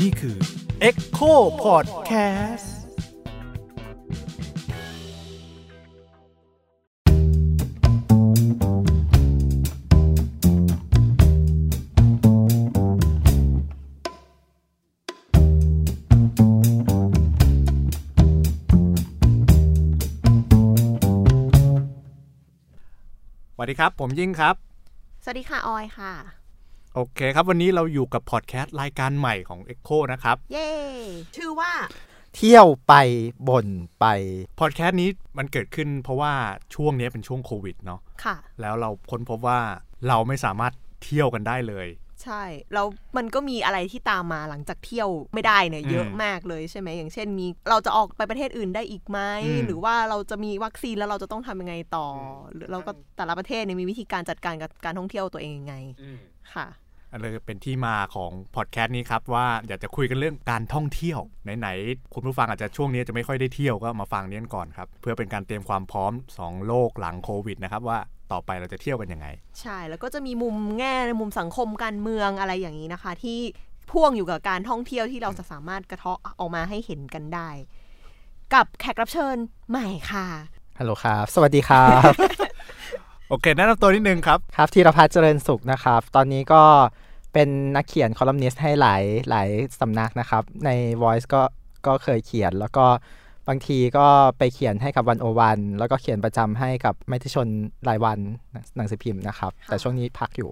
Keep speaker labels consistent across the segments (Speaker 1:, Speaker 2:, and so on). Speaker 1: นี่คือ
Speaker 2: Echo Podcast สวัสดีครับ ผมยิ่งครับ
Speaker 3: สวัสดีค่ะ ออยค่ะ
Speaker 2: โอเคครับ วันนี้เราอยู่กับพอดแคสต์รายการใหม่ของ Echo นะครับ
Speaker 3: เย้
Speaker 4: ชื่อว่า
Speaker 5: เที่ยวไปบ่นไป
Speaker 2: พอดแคสต์นี้มันเกิดขึ้นเพราะว่าช่วงนี้เป็นช่วงโควิดเนาะ
Speaker 3: ค่ะ
Speaker 2: แล้วเราค้นพบว่าเราไม่สามารถเที่ยวกันได้เลย
Speaker 3: ใช่ แล้วมันก็มีอะไรที่ตามมาหลังจากเที่ยวไม่ได้เนี่ย
Speaker 2: อืม
Speaker 3: เยอะมากเลยใช่ไหมอย่างเช่นมีเราจะออกไปประเทศอื่นได้อีกไหม
Speaker 2: อืม
Speaker 3: หรือว่าเราจะมีวัคซีนแล้วเราจะต้องทำยังไงต่อหรือเราก็แต่ละประเทศเนี่ยมีวิธีการจัดการกับการท่องเที่ยวตัวเองยังไงค่ะ
Speaker 2: อันเลยเป็นที่มาของพอดแคสต์นี้ครับว่าอยากจะคุยกันเรื่องการท่องเที่ยวไหนๆคุณผู้ฟังอาจจะช่วงนี้จะไม่ค่อยได้เที่ยวก็มาฟังเนี้ยก่อนครับเพื่อเป็นการเตรียมความพร้อมสองโลกหลังโควิดนะครับว่าต่อไปเราจะเที่ยวกันยังไง
Speaker 3: ใช่แล้วก็จะมีมุมแง่ในมุมสังคมการเมืองอะไรอย่างนี้นะคะ ที่พ่วงอยู่กับการท่องเที่ยวที่เราจะสามารถกระเทาะออกมาให้เห็นกันได้ กับแขกรับเชิญใหม่ค่ะ
Speaker 5: ฮัลโหลครับ สวัสดีครับ
Speaker 2: โอเคแนะนำตัวนิดนึงครับ
Speaker 5: ครับธีรพัฒน์เจริญสุขนะครับ ตอนนี้ก็เป็นนักเขียนคอลัมนิสต์ให้หลายหลายสำนักนะครับ ใน Voice ก็ก็เคยเขียน แล้วก็บางทีก็ไปเขียนให้กับวันโอวัน แล้วก็เขียนประจำให้กับไมติชนรายวันหนังสือพิมพ์นะครับ แต่ช่วงนี้พักอยู่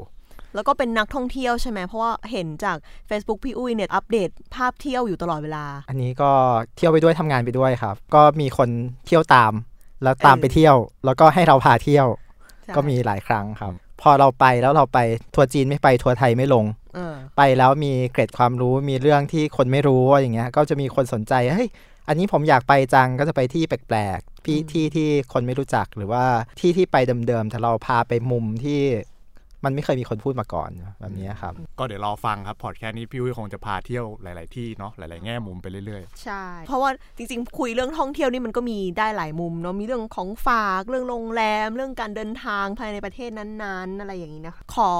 Speaker 3: แล้วก็เป็นนักท่องเที่ยวใช่ไหม เพราะว่าเห็นจาก Facebook พี่อุ้ยเนี่ยอัปเดตภาพเที่ยวอยู่ตลอดเวลา
Speaker 5: อันนี้ก็เที่ยวไปด้วยทำงานไปด้วยครับ ก็มีคนเที่ยวตาม แล้วตาม
Speaker 3: เออ
Speaker 5: ไปเที่ยว แล้วก็ให้เราพาเที่ยว ก็มี
Speaker 3: ใช่
Speaker 5: หลายครั้งครับ พอเราไปแล้วเราไปทัวร์จีนไม่ไปทัวร์ไทยไม่ลง
Speaker 3: เออ
Speaker 5: ไปแล้วมีเกร็ดความรู้มีเรื่องที่คนไม่รู้ว่าอย่างเงี้ย ก็จะมีคนสนใจเฮ้ยอันนี้ผมอยากไปจังก็จะไปที่แปลกๆพี่ที่ที่คนไม่รู้จักหรือว่าที่ที่ไปเดิมๆแต่เราพาไปมุมที่มันไม่เคยมีคนพูดมาก่อนแบบเนี้ยครับ
Speaker 2: ก็เดี๋ยวรอฟังครับพอดแคสต์นี้พี่อุ้ยคงจะพาเที่ยวหลาย ๆ ที่เนาะหลาย ๆ แง่มุมไปเรื่อย
Speaker 3: ใช่ เพราะว่าจริงๆ คุยเรื่องท่องเที่ยวนี่มันก็มีได้หลายมุมเนาะมีเรื่องของฝากเรื่องโรงแรม เรื่องการเดินทางภายในประเทศนั้นๆ อะไรอย่างนี้นะคะขอ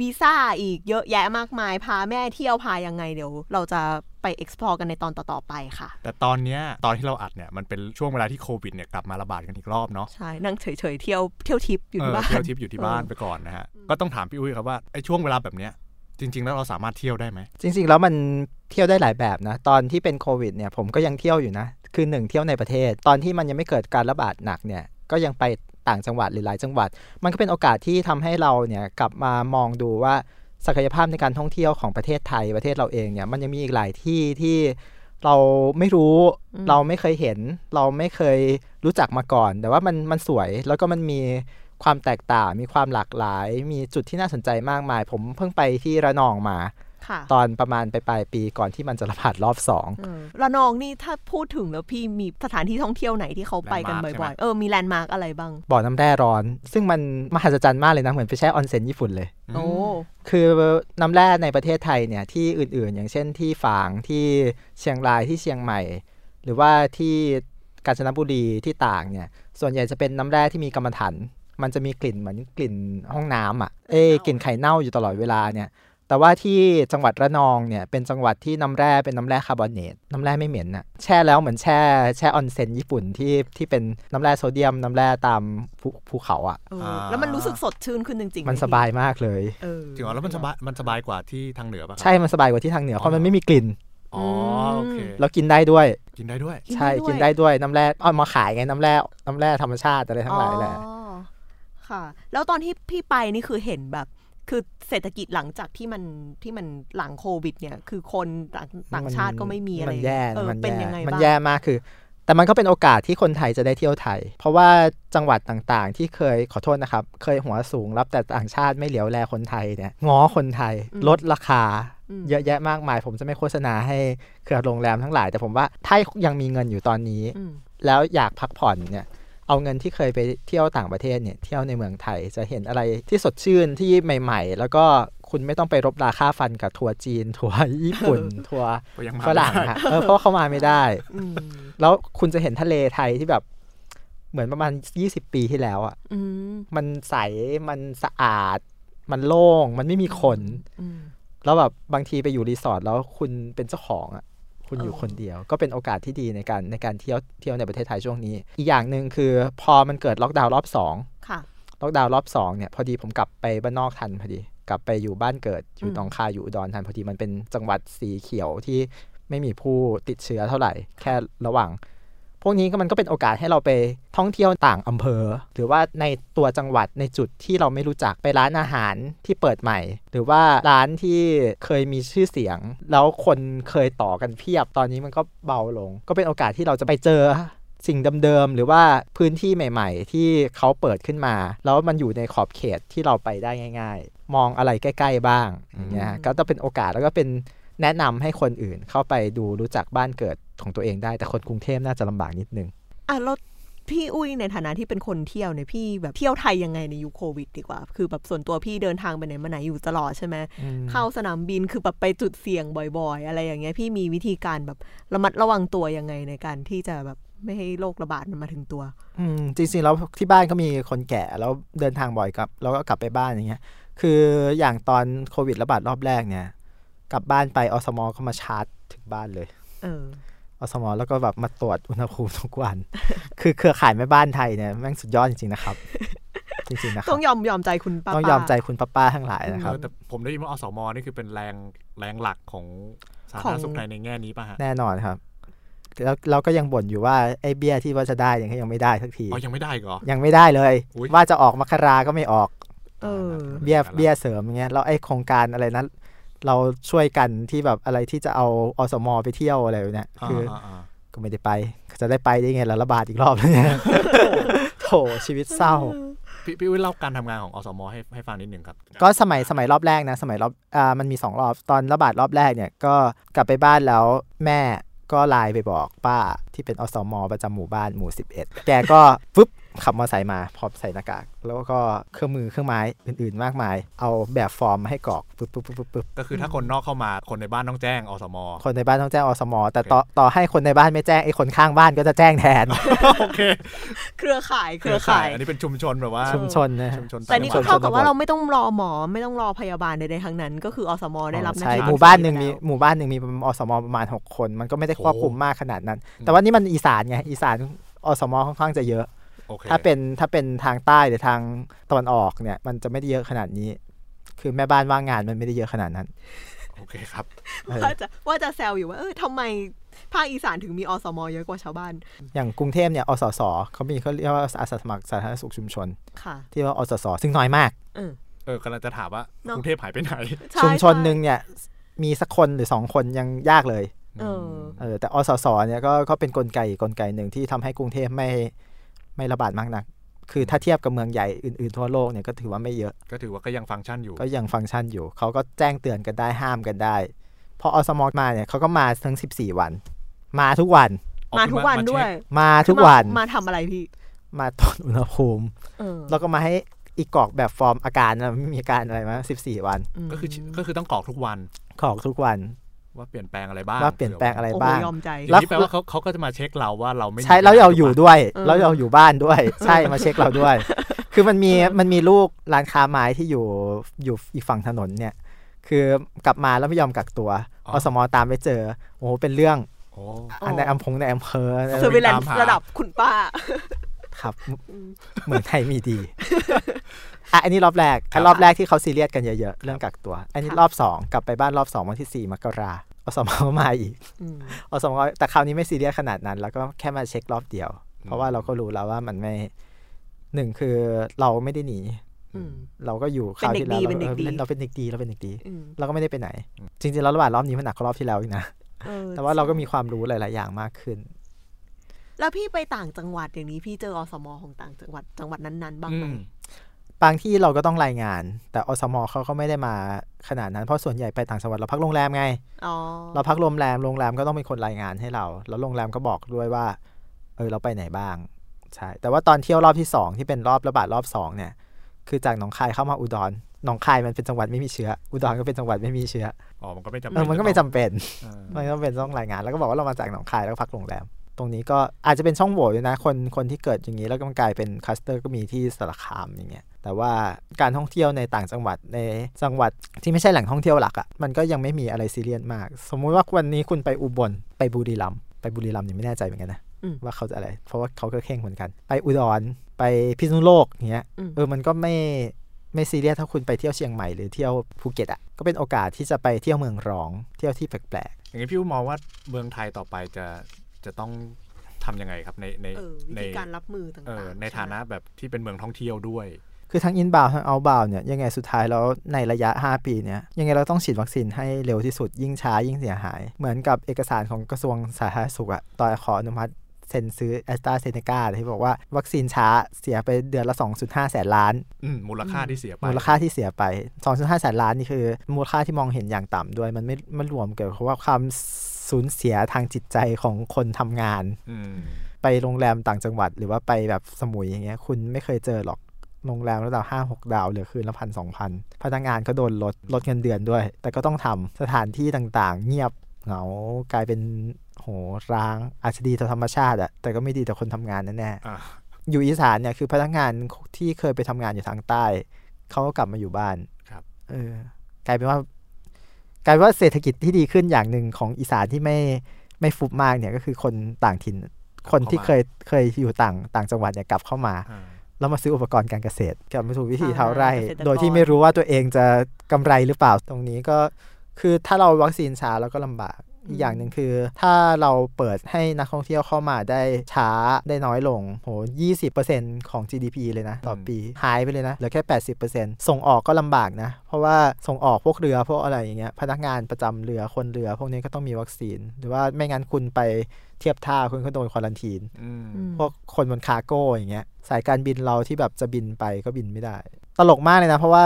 Speaker 3: วีซ่าอีกเยอะแยะมากมาย พาแม่เที่ยวพายังไงเดี๋ยว เราจะไป explore กันในตอนต่อๆไปค่ะ
Speaker 2: ๆ แต่ตอนเนี้ยตอนที่เราอัดเนี่ยมันเป็นช่วงเวลาที่โควิดเนี่ยกลับมาระบาดกันอีกรอบเนาะ
Speaker 3: ใช่นั่งเฉยๆเที่ยวเที่ยวทิปอยู่
Speaker 2: เอ
Speaker 3: ที่
Speaker 2: อ
Speaker 3: บ้าน
Speaker 2: เที่ยวทริปอยู่ที่บ้านไปก่อนนะฮะก็ต้องถามพี่อุ้ยครับว่าไอ้ช่วงเวลาแบบเนี้ยจริง ๆ แล้วเราสามารถเที่ยวได้ไหม
Speaker 5: จริงๆแล้วมันเที่ยวได้หลายแบบนะ ตอนที่เป็นโควิดเนี่ยผมก็ยังเที่ยวอยู่นะ คือหนึ่งเที่ยวในประเทศ ตอนที่มันยังไม่เกิดการระบาดหนักเนี่ยก็ยังไปต่างจังหวัดหรือหลายจังหวัด มันก็เป็นโอกาสที่ทำให้เราเนี่ยกลับมามองดูว่าศักยภาพในการท่องเที่ยวของประเทศไทยประเทศเราเองเนี่ยมันยังมีอีกหลายที่ที่เราไม่รู้
Speaker 3: อืม
Speaker 5: เราไม่เคยเห็น เราไม่เคยรู้จักมาก่อน แต่ว่ามันมันสวยแล้วก็มันมีความแตกต่างมีความหลากหลาย มีจุดที่น่าสนใจมากมาย ผมเพิ่งไปที่ระนองมา
Speaker 3: ค่ะ
Speaker 5: ตอนประมาณไปปลายปีก่อนที่มันจะระบาดรอบสอง
Speaker 3: เออระนองนี่ถ้าพูดถึงแล้วพี่มีสถานที่ท่องเที่ยวไหนที่เขาไปกัน
Speaker 2: แลนด์มาร์ค
Speaker 3: บ่อย
Speaker 2: ใช่ไหม
Speaker 3: ๆ เออมีแลนด์มาร์กอะไรบ้าง
Speaker 5: บ่อน้ำแร่ร้อน ซึ่งมันมหัศจรรย์มากเลยนะ เหมือนไปแช่ออนเซ็นญี่ปุ่นเลย
Speaker 2: อืม
Speaker 3: โอ้
Speaker 5: คือน้ำแร่ในประเทศไทยเนี่ยที่อื่นๆ อย่างเช่นที่ฝางที่เชียงรายที่เชียงใหม่ หรือว่าที่กาญจนบุรีที่ต่างเนี่ยส่วนใหญ่จะเป็นน้ำแร่ที่มีกรรมฐานมันจะมีกลิ่นเหมือนกลิ่นห้องน้ำอ่ะเอ้ยกลิ่นไข่เน่าอยู่ตลอดเวลาเนี่ยแต่ว่าที่จังหวัดระนองเนี่ยเป็นจังหวัดที่น้ำแร่เป็นน้ำแร่คาร์บอเนตน้ำแร่ไม่เหม็นน่ะแช่แล้วเหมือนแช่แช่ออนเซ็นญี่ปุ่นที่ที่เป็นน้ำแร่โซเดียมน้ำแร่ตามภูภูเขาอ่ะ
Speaker 3: เอออา แล้วมันรู้สึกสดชื่นขึ้นจริงๆ
Speaker 5: มัน
Speaker 3: ไห
Speaker 5: สบายมากเลย
Speaker 3: เออ
Speaker 2: จริงเหรอแล้วมันสบายมันสบายกว่าที่ทางเหนือป่ะครับ
Speaker 5: ใช่ มันสบายกว่าที่ทางเหนือ เพ
Speaker 2: อ๋
Speaker 5: ราะ
Speaker 2: อ
Speaker 5: มันไม่มีกลิ่น
Speaker 2: อ๋อโอเค
Speaker 5: แล้วกินได้ด้วย
Speaker 2: กินได้ด้วย
Speaker 3: กินได้
Speaker 5: ใช่
Speaker 3: ด้วย
Speaker 5: กินได้ด้วย น้ำแร่เอามาขายไง น้ำแร่ น้ำแร่ธรรมชาติอะไรทั้งหลายแหละ
Speaker 3: อ๋อค่ะ แล้วตอนที่พี่ไปนี่คือเห็นแบบ คือเศรษฐกิจหลังจากที่มันที่มันหลังโควิด เนี่ย คือคนต่างต่างชาติก็ไม่มีอะไร
Speaker 5: มันแย่
Speaker 3: เออ
Speaker 5: มัน
Speaker 3: เป็น
Speaker 5: แย่
Speaker 3: ยังไง
Speaker 5: มัน
Speaker 3: บ้าง
Speaker 5: แย่มากคือ แต่มันก็เป็นโอกาสที่คนไทยจะได้เที่ยวไทย เพราะว่าจังหวัดต่างๆ ที่เคยขอโทษนะครับ เคยหัวสูงรับแต่ต่างชาติไม่เหลียวแลคนไทยเนี่ยง้อคนไทย
Speaker 3: อืม
Speaker 5: ลดราคา
Speaker 3: อืม
Speaker 5: เยอะแยะมากมาย ผมจะไม่โฆษณาให้เครือโรงแรมทั้งหลาย แต่ผมว่าถ้ายังมีเงินอยู่ตอนนี้
Speaker 3: อืม
Speaker 5: แล้วอยากพักผ่อนเนี่ยเอาเงินที่เคยไปเที่ยวต่างประเทศเนี่ยเที่ยวในเมืองไทยจะเห็นอะไรที่สดชื่นที่ใหม่ๆ แล้วก็คุณไม่ต้องไปรบราค่าฟันกับทัวร์จีน ทัวร์ญี่ ปุ่น ทัวร์
Speaker 2: ก็ยังมา
Speaker 5: ฝรั่ง
Speaker 2: ไม่ได้
Speaker 5: ฮะเออเพราะว่าเขามาไม่ได้
Speaker 3: อืม
Speaker 5: แล้วคุณจะเห็นทะเลไทยที่แบบเหมือนประมาณ 20 ปีที่แล้วอ่ะ
Speaker 3: อืม
Speaker 5: มันใสมันสะอาด มันโล่ง มันไม่มีคน
Speaker 3: อืม
Speaker 5: แล้วแบบบางทีไปอยู่รีสอร์ทแล้วคุณเป็นเจ้าของอ่ะ คุณอยู่
Speaker 3: เออ
Speaker 5: คนเดียว ก็เป็นโอกาสที่ดีในการในการเที่ยวเที่ยวในประเทศไทยช่วงนี้ อีกอย่างหนึ่งคือพอมันเกิดล็อกดาวน์รอบสอง
Speaker 3: ค่ะ
Speaker 5: ล็อกดาวน์รอบสองเนี่ยพอดีผมกลับไปบ้านนอกทันพอดี กลับไปอยู่บ้านเกิด อยู่
Speaker 3: อืม
Speaker 5: หนองคายอยู่อุดรทันพอดีมันเป็นจังหวัดสีเขียวที่ไม่มีผู้ติดเชื้อเท่าไหร่ แค่ระหว่าง พวกนี้ก็มันก็เป็นโอกาสให้เราไปท่องเที่ยวต่างอำเภอ หรือว่าในตัวจังหวัดในจุดที่เราไม่รู้จักไปร้านอาหารที่เปิดใหม่ หรือว่าร้านที่เคยมีชื่อเสียง แล้วคนเคยต่อกันเพียบตอนนี้มันก็เบาลง ก็เป็นโอกาสที่เราจะไปเจอ สิ่งเดิมๆหรือว่าพื้นที่ใหม่ ๆ ที่เขาเปิดขึ้นมา แล้วมันอยู่ในขอบเขตที่เราไปได้ง่าย ๆ มองอะไรใกล้ ๆ บ้างอย่างเงี้ยฮะ
Speaker 3: อืม
Speaker 5: ก็จะเป็นโอกาสแล้วก็เป็นแนะนำให้คนอื่นเข้าไปดูรู้จักบ้านเกิดของตัวเองได้ แต่คนกรุงเทพน่าจะลำบากนิดนึง
Speaker 3: อ่ะแล้วพี่อุ้ยในฐานะที่เป็นคนเที่ยวเนี่ยพี่แบบเที่ยวไทยยังไงในยุคโควิดดีกว่า คือแบบส่วนตัวพี่เดินทางไปไหนมาไหนอยู่ตลอดใช่ไหมเข้าสนามบินคือแบบไปจุดเสี่ยงบ่อยๆ อะไรอย่างเงี้ยพี่มีวิธีการแบบระมัดระวังตัวยังไงในการที่จะแบบไม่ให้โรคระบาดมันมาถึงตัว
Speaker 5: อืมจริงๆแล้วที่บ้านก็มีคนแก่แล้วเดินทางบ่อยกลับแล้วก็กลับไปบ้านอย่างเงี้ยคืออย่างตอนโควิดระบาดรอบแรกเนี่ยกลับบ้านไปอสมก็มาชาร์จถึงบ้านเลย
Speaker 3: เออ
Speaker 5: อสมแล้วก็แบบมาตรวจอุณหภูมิทุกวัน คือเครือข่ายแม่บ้านไทยเนี่ยแม่งสุดยอดจริงๆนะครับ จริงๆนะครั
Speaker 3: ต้
Speaker 5: บ
Speaker 3: องยอมยอมใจคุณป้า
Speaker 5: ต้องยอมใจคุณป้าๆทั้งหลายนะครับ
Speaker 2: เออแต่ผมได้ยินว่าอสมนี่คือเป็นแรงแรงหลักของสาธารณสุขไทยในแง่นี้ป่ะฮะ
Speaker 5: แน่นอนครับ แล้วเราก็ยังบ่นอยู่ว่าไอ้เบี้ยที่ว่าจะได้เนี่ยก็ยังไม่ได้สักที
Speaker 2: อ๋อยังไม่ได้อีกเหรอ
Speaker 5: ยังไม่ได้เลย
Speaker 2: อุ๊ย
Speaker 5: ว่าจะออกมกราก็ไม่ออก
Speaker 3: เออ
Speaker 5: เบี้ยเบี้ยเสริมอย่างเงี้ยแล้วไอโครงการอะไรนะเราช่วยกันที่แบบอะไรที่จะเอาอสมไปเที่ยวอะไรแบบเนี่ยคืออา
Speaker 2: าา
Speaker 5: ก็ไม่ได้ไปจะได้ไปได้ไงล่ะระบาดอีกรอบเลยเนี่ยโถชีวิตเศร้า
Speaker 2: พี่พี่วิเล่าการทำงานของอสมให้ให้ฟังนิดหนึ่งครับ
Speaker 5: ก็สมัยสมัยรอบแรกนะสมัยรอบอ่ามันมีสองรอบตอนระบาดรอบแรกเนี่ยก็กลับไปบ้านแล้วแม่ก็ไลน์ไปบอกป้าที่เป็นอสมประจำหมู่บ้านหมู่ 11 แกก็ฟึบขับมอเตอร์ไซค์มาพร้อมใส่หน้ากาก แล้วก็เครื่องมือเครื่องไม้อื่นๆ มากมาย เอาแบบฟอร์มมาให้กรอกปึ๊บปึ๊บปึ๊บปึ๊บปึ๊บ
Speaker 2: ก็คือถ้าคนนอกเข้ามาคนในบ้านต้องแจ้งอสม
Speaker 5: คนในบ้านต้องแจ้งอสม แต่ต่อต่อให้คนในบ้านไม่แจ้งไอ้คนข้างบ้านก็จะแจ้งแทน
Speaker 2: โอเค
Speaker 3: เครือข่ายเครือข่าย
Speaker 2: อันนี้เป็นชุมชนแบบว่า
Speaker 5: ชุมชนนะฮะ
Speaker 2: ชุมชน
Speaker 3: แต่นี่
Speaker 5: ชุ
Speaker 3: ก็
Speaker 5: มช
Speaker 3: เท่ากับว่า
Speaker 5: ชนบท
Speaker 3: เราไม่ต้องรอหมอไม่ต้องรอพยาบาลใดๆทั้งนั้น ก็คืออสมได้รับหน้า
Speaker 5: ใช่
Speaker 3: ที่
Speaker 5: หมู่บ้านหนึ่งมี
Speaker 3: แล้ว
Speaker 5: หมู่บ้านหนึ่งมีอสมประมาณ 6 คน มันก็ไม่ได้
Speaker 2: โอ้
Speaker 5: ควบคุมมากขนาดนั้น แต่ว่านี่มันอีสานไงอีสานอสมค่อนข้างจะเยอะ
Speaker 2: โอเค
Speaker 5: ถ้าเป็นถ้าเป็นทางใต้หรือทางตะวันออกเนี่ยมันจะไม่ได้เยอะขนาดนี้ คือแม่บ้านว่างงานมันไม่ได้เยอะขนาดนั้น
Speaker 2: โอเคครับ
Speaker 5: เออ
Speaker 3: ว่าจะว่าจะแซวอยู่ว่าเออทำไมภาคอีสานถึงมีอสมเยอะกว่าชาวบ้าน
Speaker 5: อย่างกรุงเทพเนี่ยอสสเขามีเขาเรียกว่าอาสาสมัครสาธารณสุขชุมชน
Speaker 3: ค่ะ
Speaker 5: ที่ว่าอสสซึ่งน้อยมาก
Speaker 3: เออ
Speaker 2: เออกำลังจะถามว่า
Speaker 3: เนอะ
Speaker 2: กรุงเทพหายไปไหน
Speaker 3: ใช่
Speaker 5: ชุมชนหนึ่งเนี่ยมีสักคนหรือสองคนยังยากเลย
Speaker 3: เออ
Speaker 5: เออแต่อสสเนี่ยก็ก็เป็นกลไกอีกกลไกหนึ่งที่ทำให้กรุงเทพไม่ไม่ระบาดมากนัก คือถ้าเทียบกับเมืองใหญ่อื่นๆทั่วโลกเนี่ยก็ถือว่าไม่เยอะ
Speaker 2: ก็ถือว่าก็ยังฟังก์ชันอยู่
Speaker 5: ก็ยังฟังก์ชันอยู่ เขาก็แจ้งเตือนกันได้ห้ามกันได้พออสมมาเนี่ยเขาก็มาทั้ง 14 วัน มาทุกวัน
Speaker 2: อ๋อ
Speaker 3: มา
Speaker 2: คือ
Speaker 3: ทุกวัน
Speaker 2: มาเช็ค
Speaker 3: ด้วย
Speaker 5: มาทุกวัน
Speaker 3: มามาทำอะไรพี่
Speaker 5: มาตรวจอุณหภูมิ
Speaker 3: เออ
Speaker 5: แล้วก็มาให้อีกกรอกแบบฟอร์มอาการนะไม่มีอาการอะไรมา14 วัน
Speaker 3: ม
Speaker 2: ก็คือก็คือต้องกรอกทุกวัน
Speaker 5: กรอกทุกวัน
Speaker 2: ว่าเปลี่ยนแปลงอะไรบ้าง
Speaker 5: ว่าเปลี่ยนแปลงอะไร
Speaker 3: โอ้โห
Speaker 5: บ้าง
Speaker 3: ยอมใจ
Speaker 2: อย่างนี้แปลว่าเขาเขาก็จะมาเช็คเราว่าเราไม่มี
Speaker 5: ใช่แล้วเราอยู่ด้วย
Speaker 3: เออ
Speaker 5: แล้วเราอยู่บ้าน ด้วย ใช่มาเช็คเราด้วย คือมันมีมันมีลูกร้านค้าไม้ที่อยู่อยู่อีกฝั่งถนนเนี่ย คือกลับมาแล้วไม่ยอมกักตัวอสมตามไปเจอโอ้โหเป็นเรื่อง
Speaker 2: โอ้
Speaker 5: อันในอำพงในอำเภ อ
Speaker 3: เซอร์วิลน
Speaker 2: ตามหา
Speaker 3: ระดับคุณป้า
Speaker 5: ครับ เหมือนไทยมี ดีอ่ะอันนี้รอบแรกอันรอบแรกที่เขาซีเรียสกันเยอะๆเรื่องกักตัว อันนี้
Speaker 3: ค่ะ
Speaker 5: รอบสองกลับไปบ้านรอบสองวันที่สี่มกราอสมมาอีก
Speaker 3: อืม
Speaker 5: อสมก็แต่คราวนี้ไม่ซีเรียสขนาดนั้น แล้วก็แค่มาเช็ครอบเดียว เพราะว่าเราก็รู้แล้วว่ามันไม่หนึ่งคือเราไม่ได้หนี
Speaker 3: อืม
Speaker 5: เราก็อยู่คราวที่แล้ว
Speaker 3: เป็นเด็กดีเป็นเด็กดี
Speaker 5: เราเป็นเด็กดีเราเป็นเด็กดี
Speaker 3: อืม
Speaker 5: เราก็ไม่ได้ไปไหน จริงๆแล้วระบาดรอบนี้มันหนักกว่ารอบที่แล้วอีกนะ
Speaker 3: เออ
Speaker 5: แต่ว่าเราก็มีความรู้หลาย ๆ อย่างมากขึ้น
Speaker 3: แล้วพี่ไปต่างจังหวัดอย่างนี้พี่เจออสมของต่างจังหวัดจังหวัดนั้นๆบ้าง
Speaker 2: อื
Speaker 3: ไหม
Speaker 2: ม
Speaker 5: บางที่เราก็ต้องรายงาน แต่อสมเขาก็ไม่ได้มาขนาดนั้นเพราะส่วนใหญ่ไปต่างจังหวัดเราพักโรงแรมไง
Speaker 3: อ๋อ
Speaker 5: เราพักโรงแรมโรงแรมก็ต้องเป็นคนรายงานให้เรา แล้วโรงแรมก็บอกด้วยว่า เออเราไปไหนบ้าง ใช่ แต่ว่าตอนเที่ยวรอบที่สองที่เป็นรอบระบาดรอบสองเนี่ย คือจากหนองคายเข้ามาอุดร หนองคายมันเป็นจังหวัดไม่มีเชื้อ อุดรก็เป็นจังหวัดไม่มีเชื้อ
Speaker 2: อ๋อมันก็ไม่จำ
Speaker 5: เอ
Speaker 2: เป็
Speaker 5: อ
Speaker 2: น
Speaker 5: มันก็ไม่จำเป็น
Speaker 2: เออ
Speaker 5: มันก็เป็นต้องรายงาน แล้วก็บอกว่าเรามาจากหนองคายแล้วก็พักโรงแรม ตรงนี้ก็อาจจะเป็นช่องโหว่ด้วยนะ คนคนที่เกิดอย่างนี้แล้วก็มันกลายเป็นคลัสเตอร์ก็มีที่สารคามอย่างเงี้ย แต่ว่าการท่องเที่ยวในต่างจังหวัดในจังหวัดที่ไม่ใช่แหล่งท่องเที่ยวหลักอะ่ะมันก็ยังไม่มีอะไรซีเรียสมาก สมมุติว่าวันนี้คุณไปอุบลไปบุรีรัมย์ไปบุรีรัมย์เนี่ยไม่แน่ใจเหมือนกันนะ
Speaker 3: อืม
Speaker 5: ว่าเขาจะอะไร เพราะว่าเขาก็เข่งเหมือนกัน ไปอุดรไปพิษณุโลกอย่างเงี้ย
Speaker 3: อืม
Speaker 5: เออมันก็ไม่ไม่ซีเรียสถ้าคุณไปเที่ยวเชียงใหม่หรือเที่ยวภูเก็ตอ่ะก็เป็นโอกาสที่จะไปเที่ยวเมืองรอง เที่ยวที่แปลก
Speaker 2: อย่างนี้พี่อุ้มมองว่าเมืองไทยต่อไปจะจะต้องทำยังไงครับในใน
Speaker 3: เออวิ
Speaker 2: ใน
Speaker 3: ธีการรับมือต่าง
Speaker 2: เออ
Speaker 3: ๆ
Speaker 2: ในฐานะแบบที่เป็นเมืองท่องเที่ยวด้วย
Speaker 5: ๆคือทั้งอินบาวทั้งเอาบาวเนี่ยยังไงสุดท้ายแล้วในระยะ 5 ปีเนี่ยยังไงเราต้องฉีดวัคซีนให้เร็วที่สุดยิ่งช้ายิ่งเสียหาย เหมือนกับเอกสารของกระทรวงสาธารณสุขอะตอนขออนุมัติเซ็นซื้อแอสตราเซเนกาที่บอกว่าวัคซีนช้าเสียไปเดือนละ 2.5 แสนล้าน
Speaker 2: อืมมูลค่าที่เสียไป
Speaker 5: มูลค่าที่เสียไป 2.5 แสนล้านนี่คือมูลค่าที่มองเห็นอย่างต่ำด้วย มันไม่มันรวมเกี่ยวกับว่าความสูญเสียทางจิตใจของคนทำงาน
Speaker 2: อืม
Speaker 5: ไปโรงแรมต่างจังหวัด หรือว่าไปแบบสมุยอย่างเงี้ย คุณไม่เคยเจอหรอก โรงแรมระดับห้าหกดาวเหลือคืนละพันสองพันพนักงานก็โดนลดลดเงินเดือนด้วย แต่ก็ต้องทำสถานที่ต่างๆ เงียบเหงากลายเป็นโหร้างอาจจะดีต่อธรรมชาติอะแต่ก็ไม่ดีต่อคนทำงานแน่ๆ
Speaker 2: อ่ะ
Speaker 5: อยู่อีสานเนี่ยคือพนักงานที่เคยไปทำงานอยู่ทางใต้ เขาก็กลับมาอยู่บ้าน
Speaker 2: ครับ
Speaker 5: เออกลายเป็นว่า กลายเป็นว่าเศรษฐกิจที่ดีขึ้นอย่างหนึ่งของอีสานที่ไม่ไม่ฟุบมากเนี่ยก็คือคนต่างถิ่น คนที่เคยเคยอยู่ต่างต่างจังหวัดเนี่ยกลับเข้ามา
Speaker 2: อ่า
Speaker 5: แล้วมาซื้ออุปกรณ์การเกษตรกลับมาสู่วิธี
Speaker 3: อ่า
Speaker 5: เท้าไร่
Speaker 3: เกษตรกร
Speaker 5: โดยที่ไม่รู้ว่าตัวเองจะกำไรหรือเปล่าตรงนี้ก็ คือถ้าเราวัคซีนช้าเราก็ลำบากอีกอย่างหนึ่งคือ ถ้าเราเปิดให้นักท่องเที่ยวเข้ามาได้ช้าได้น้อยลงโห20%ของ GDP เลยนะ ต่อปี หายไปเลยนะเหลือแค่ 80%ส่งออกก็ลำบากนะ เพราะว่าส่งออกพวกเรือพวกอะไรอย่างเงี้ยพนักงานประจำเรือคนเรือ พวกนี้ก็ต้องมีวัคซีน หรือว่าไม่งั้นคุณไปเทียบท่าคุณก็โดนควอลันทีน
Speaker 2: อืม
Speaker 3: อืม
Speaker 5: พวกคนบนคาร์โก้อย่างเงี้ยสายการบินเราที่แบบจะบินไปก็บินไม่ได้ ตลกมากเลยนะ เพราะว่า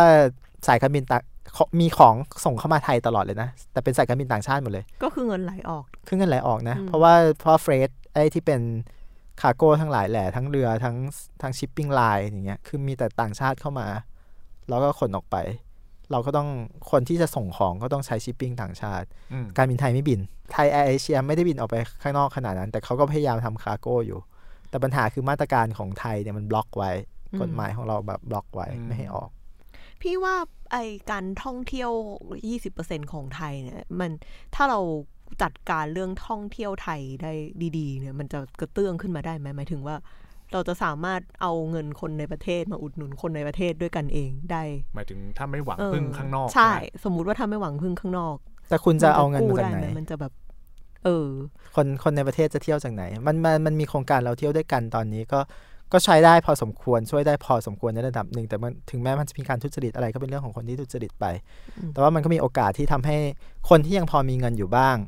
Speaker 5: สายการบินต่างขมีของส่งเข้ามาไทยตลอดเลยนะ แต่เป็นสายการบินต่างชาติหมดเลย
Speaker 3: ก็คือเงินไหลออก
Speaker 5: ขึ้นเงินไหลออกนะ
Speaker 3: อืม
Speaker 5: เพราะว่าเพราะเฟรทไอ้ที่เป็นคาร์โก้ทั้งหลายแหละทั้งเรือทั้งทั้งชิปปิ้งไลน์อย่างเงี้ยคือมีแต่ต่างชาติเข้ามา แล้วก็ขนออกไป เราก็ต้องคนที่จะส่งของก็ต้องใช้ชิปปิ้งต่างชาติ
Speaker 2: อืม
Speaker 5: การบินไทยไม่บิน ไทยแอร์เอเชียไม่ได้บินออกไปข้างนอกขนาดนั้น แต่เขาก็พยายามทำคาร์โก้อยู่ แต่ปัญหาคือมาตรการของไทยเนี่ยมันบล็อกไว้
Speaker 3: อืม
Speaker 5: กฎหมายของเราแบบบล็อกไว้ไม่ให้ออก
Speaker 3: พี่ว่าไอการท่องเที่ยว 20%ของไทยเนี่ยมันถ้าเราจัดการเรื่องท่องเที่ยวไทยได้ดี ๆ เนี่ย มันจะกระเตื้องขึ้นมาได้ไหมหมายถึงว่า เราจะสามารถเอาเงินคนในประเทศมาอุดหนุนคนในประเทศด้วยกันเองได้
Speaker 2: หมายถึงถ้าไม่หวัง
Speaker 3: เออ
Speaker 2: พึ่งข้างนอก
Speaker 3: ใช่
Speaker 2: ไหม
Speaker 3: สมมุติว่าถ้าไม่หวังพึ่งข้างนอก
Speaker 5: แต่คุณจะเอาเงินมาจาก
Speaker 3: กู้
Speaker 5: ไหน
Speaker 3: ด้มันจะแบบ เออ
Speaker 5: คนคนในประเทศจะเที่ยวจากไหน มันมันมันมีโครงการเราเที่ยวด้วยกันตอนนี้ก็ก็ใช้ได้พอสมควรช่วยได้พอสมควรในระดับหนึ่งแต่มันถึงแม้มันจะมีการทุจริตอะไรก็เป็นเรื่องของคนที่ทุจริตไป
Speaker 3: อืม
Speaker 5: แต่ว่ามันก็มีโอกาสที่ทำให้คนที่ยังพอมีเงินอยู่บ้าง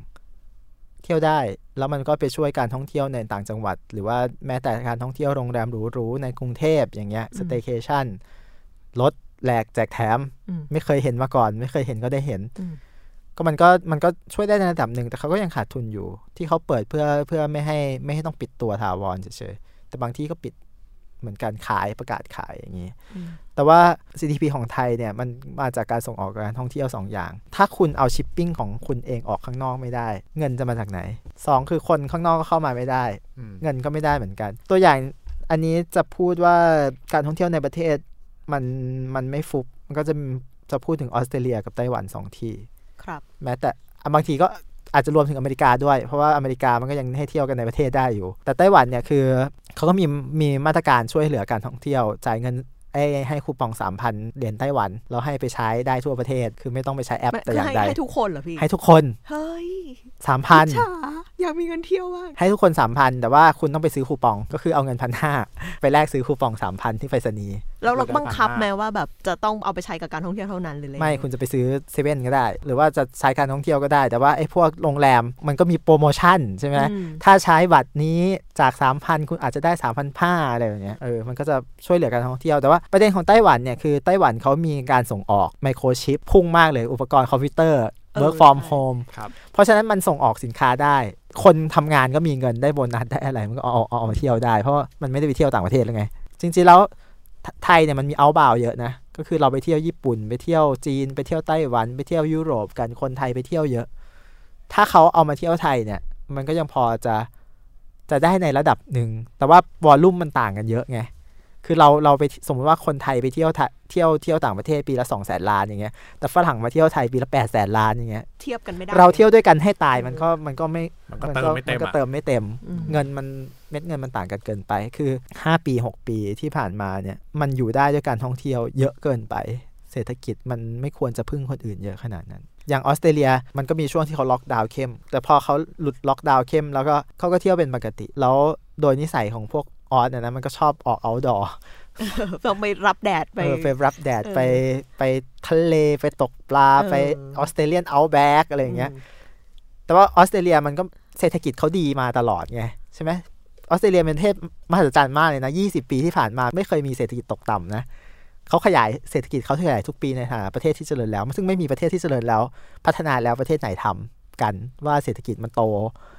Speaker 5: เที่ยวได้แล้วมันก็ไปช่วยการท่องเที่ยวในต่างจังหวัด หรือว่าแม้แต่การท่องเที่ยวโรงแรมหรูๆในกรุงเทพอย่างเงี้ยสเตย์เคชั่นลดแหลกแจกแถม
Speaker 3: อืม
Speaker 5: ไม่เคยเห็นมาก่อน ไม่เคยเห็นก็ได้เห็น
Speaker 3: อืม
Speaker 5: ก็มันก็มันก็ช่วยได้ในระดับหนึ่งแต่เขาก็ยังขาดทุนอยู่ ที่เขาเปิดเพื่อเพื่อไม่ให้ไม่ให้ต้องปิดตัวถาวรเฉยๆแต่บางที่ก็ปิดเหมือนการขายประกาศขายอย่างนี้
Speaker 3: อืม
Speaker 5: แต่ว่า GDP ของไทยเนี่ยมันมาจากการส่งออกกับการท่องเที่ยวสองอย่าง ถ้าคุณเอาชิปปิ้งของคุณเองออกข้างนอกไม่ได้ เงินจะมาจากไหนสองคือคนข้างนอกก็เข้ามาไม่ได้
Speaker 2: อืม
Speaker 5: เงินก็ไม่ได้เหมือนกัน ตัวอย่างอันนี้จะพูดว่าการท่องเที่ยวในประเทศมันมันไม่ฟุบมันก็จะจะพูดถึงออสเตรเลียกับไต้หวันสองที่
Speaker 3: ครับ
Speaker 5: แม้แต่อ่ะบางทีก็อาจจะรวมถึงอเมริกาด้วย เพราะว่าอเมริกามันก็ยังให้เที่ยวกันในประเทศได้อยู่ แต่ไต้หวันเนี่ยคือเขาก็มีมีมาตรการช่วยเหลือการท่องเที่ยวจ่ายเงินไอ้ให้คูปอง 3,000 เหรียญไต้หวัน แล้วให้ไปใช้ได้ทั่วประเทศ คือไม่ต้องไปใช้แอป
Speaker 3: ไม่
Speaker 5: แต่
Speaker 3: คือ อย่าง ให้
Speaker 5: ใด
Speaker 3: ให้ทุกคนเหรอพี่
Speaker 5: ให้ทุกคน
Speaker 3: เฮ้ย
Speaker 5: 3,000
Speaker 3: ฉาอยากมีเงินเที่ยวบ้าง
Speaker 5: ให้ทุกคน 3,000 แต่ว่าคุณต้องไปซื้อคูปองก็คือเอาเงินพันห้าไปแลกซื้อคูปอง 3,000 ที่ไปรษณีย์
Speaker 3: แล้วเราบังคับไหมว่าแบบจะต้องเอาไปใช้กับการท่องเที่ยวเท่านั้นหรืออะไร
Speaker 5: ไม่คุณจะไปซื้อเซเว่นก็ได้ หรือว่าจะใช้การท่องเที่ยวก็ได้ แต่ว่าไอ้พวกโรงแรมมันก็มีโปรโมชั่นใช่ไหม
Speaker 3: อืม
Speaker 5: ถ้าใช้บัตรนี้จาก 3,000 คุณอาจจะได้ 3,500อะไรแบบเนี้ยเออมันก็จะช่วยเหลือการท่องเที่ยว แต่ว่าประเด็นของไต้หวันเนี่ย คือไต้หวันเขามีการส่งออกไมโครชิปพุ่งมากเลย อุปกรณ์คอมพิวเตอร์
Speaker 3: เออ
Speaker 5: work from home
Speaker 2: ครับ
Speaker 5: เพราะฉะนั้นมันส่งออกสินค้าได้ คนทำงานก็มีเงินได้โบนัสได้อะไร มันก็เอาเอาเอาเอามาเที่ยวได้ เพราะมันไม่ได้ไปเที่ยวต่างประเทศแล้วไง จริงๆแล้วไทไทยเนี่ยมันมี outbound เยอะนะ ก็คือเราไปเที่ยวญี่ปุ่น ไปเที่ยวจีน ไปเที่ยวไต้หวัน ไปเที่ยวยุโรปกัน คนไทยไปเที่ยวเยอะ ถ้าเขาเอามาเที่ยวไทยเนี่ย มันก็ยังพอจะจะได้ในระดับหนึ่ง แต่ว่าวอลลุ่มมันต่างกันเยอะไง คือเราเราไปสมมติว่าคนไทยไปเที่ยวไทยเที่ยวเที่ยวต่างประเทศปีละสองแสนล้านอย่างเงี้ยแต่ฝรั่งมาเที่ยวไทยปีละแปดแสนล้านอย่างเงี้ย
Speaker 3: เทียบกันไม่ได้
Speaker 5: เราเที่ยวด้วยกันให้ตายมันก็มันก็ไม่
Speaker 2: มันก็เติมไม่เต็ม
Speaker 5: นก็
Speaker 2: อะ
Speaker 5: เติมไม่เต็ม
Speaker 3: อืม
Speaker 5: เงินมันเม็ดเงินมันต่างกันเกินไป คือ 5 ปี 6 ปีที่ผ่านมาเนี่ยมันอยู่ได้ด้วยการท่องเที่ยวเยอะเกินไป เศรษฐกิจมันไม่ควรจะพึ่งคนอื่นเยอะขนาดนั้น อย่างออสเตรเลียมันก็มีช่วงที่เขาล็อกดาวน์เข้ม แต่พอเขาหลุดล็อกดาวน์เข้ม แล้วก็เขาก็เที่ยวเป็นปกติ แล้วโดยนิสัยของพวกออสเนี่ยนะมันก็ชอบออก outdoor
Speaker 3: เราไปรับแดดไป
Speaker 5: ไปไปรับแดด
Speaker 3: เออ
Speaker 5: ไปไปทะเลไปตกปลา
Speaker 3: เออ
Speaker 5: ไปออสเตรเลียนเอาแบ็กอะไรอย่างเงี้ย แต่ว่าออสเตรเลียมันก็เศรษฐกิจเขาดีมาตลอดไงใช่ไหมออสเตรเลียเป็นประเทศมหัศจรรย์มากเลยนะ 20 ปีที่ผ่านมาไม่เคยมีเศรษฐกิจตกต่ำนะเขาขยายเศรษฐกิจเขาขยายทุกปีในฐานะประเทศที่เจริญแล้ว ซึ่งไม่มีประเทศที่เจริญแล้ว พัฒนาแล้วประเทศไหนทำกันว่าเศรษฐกิจมันโต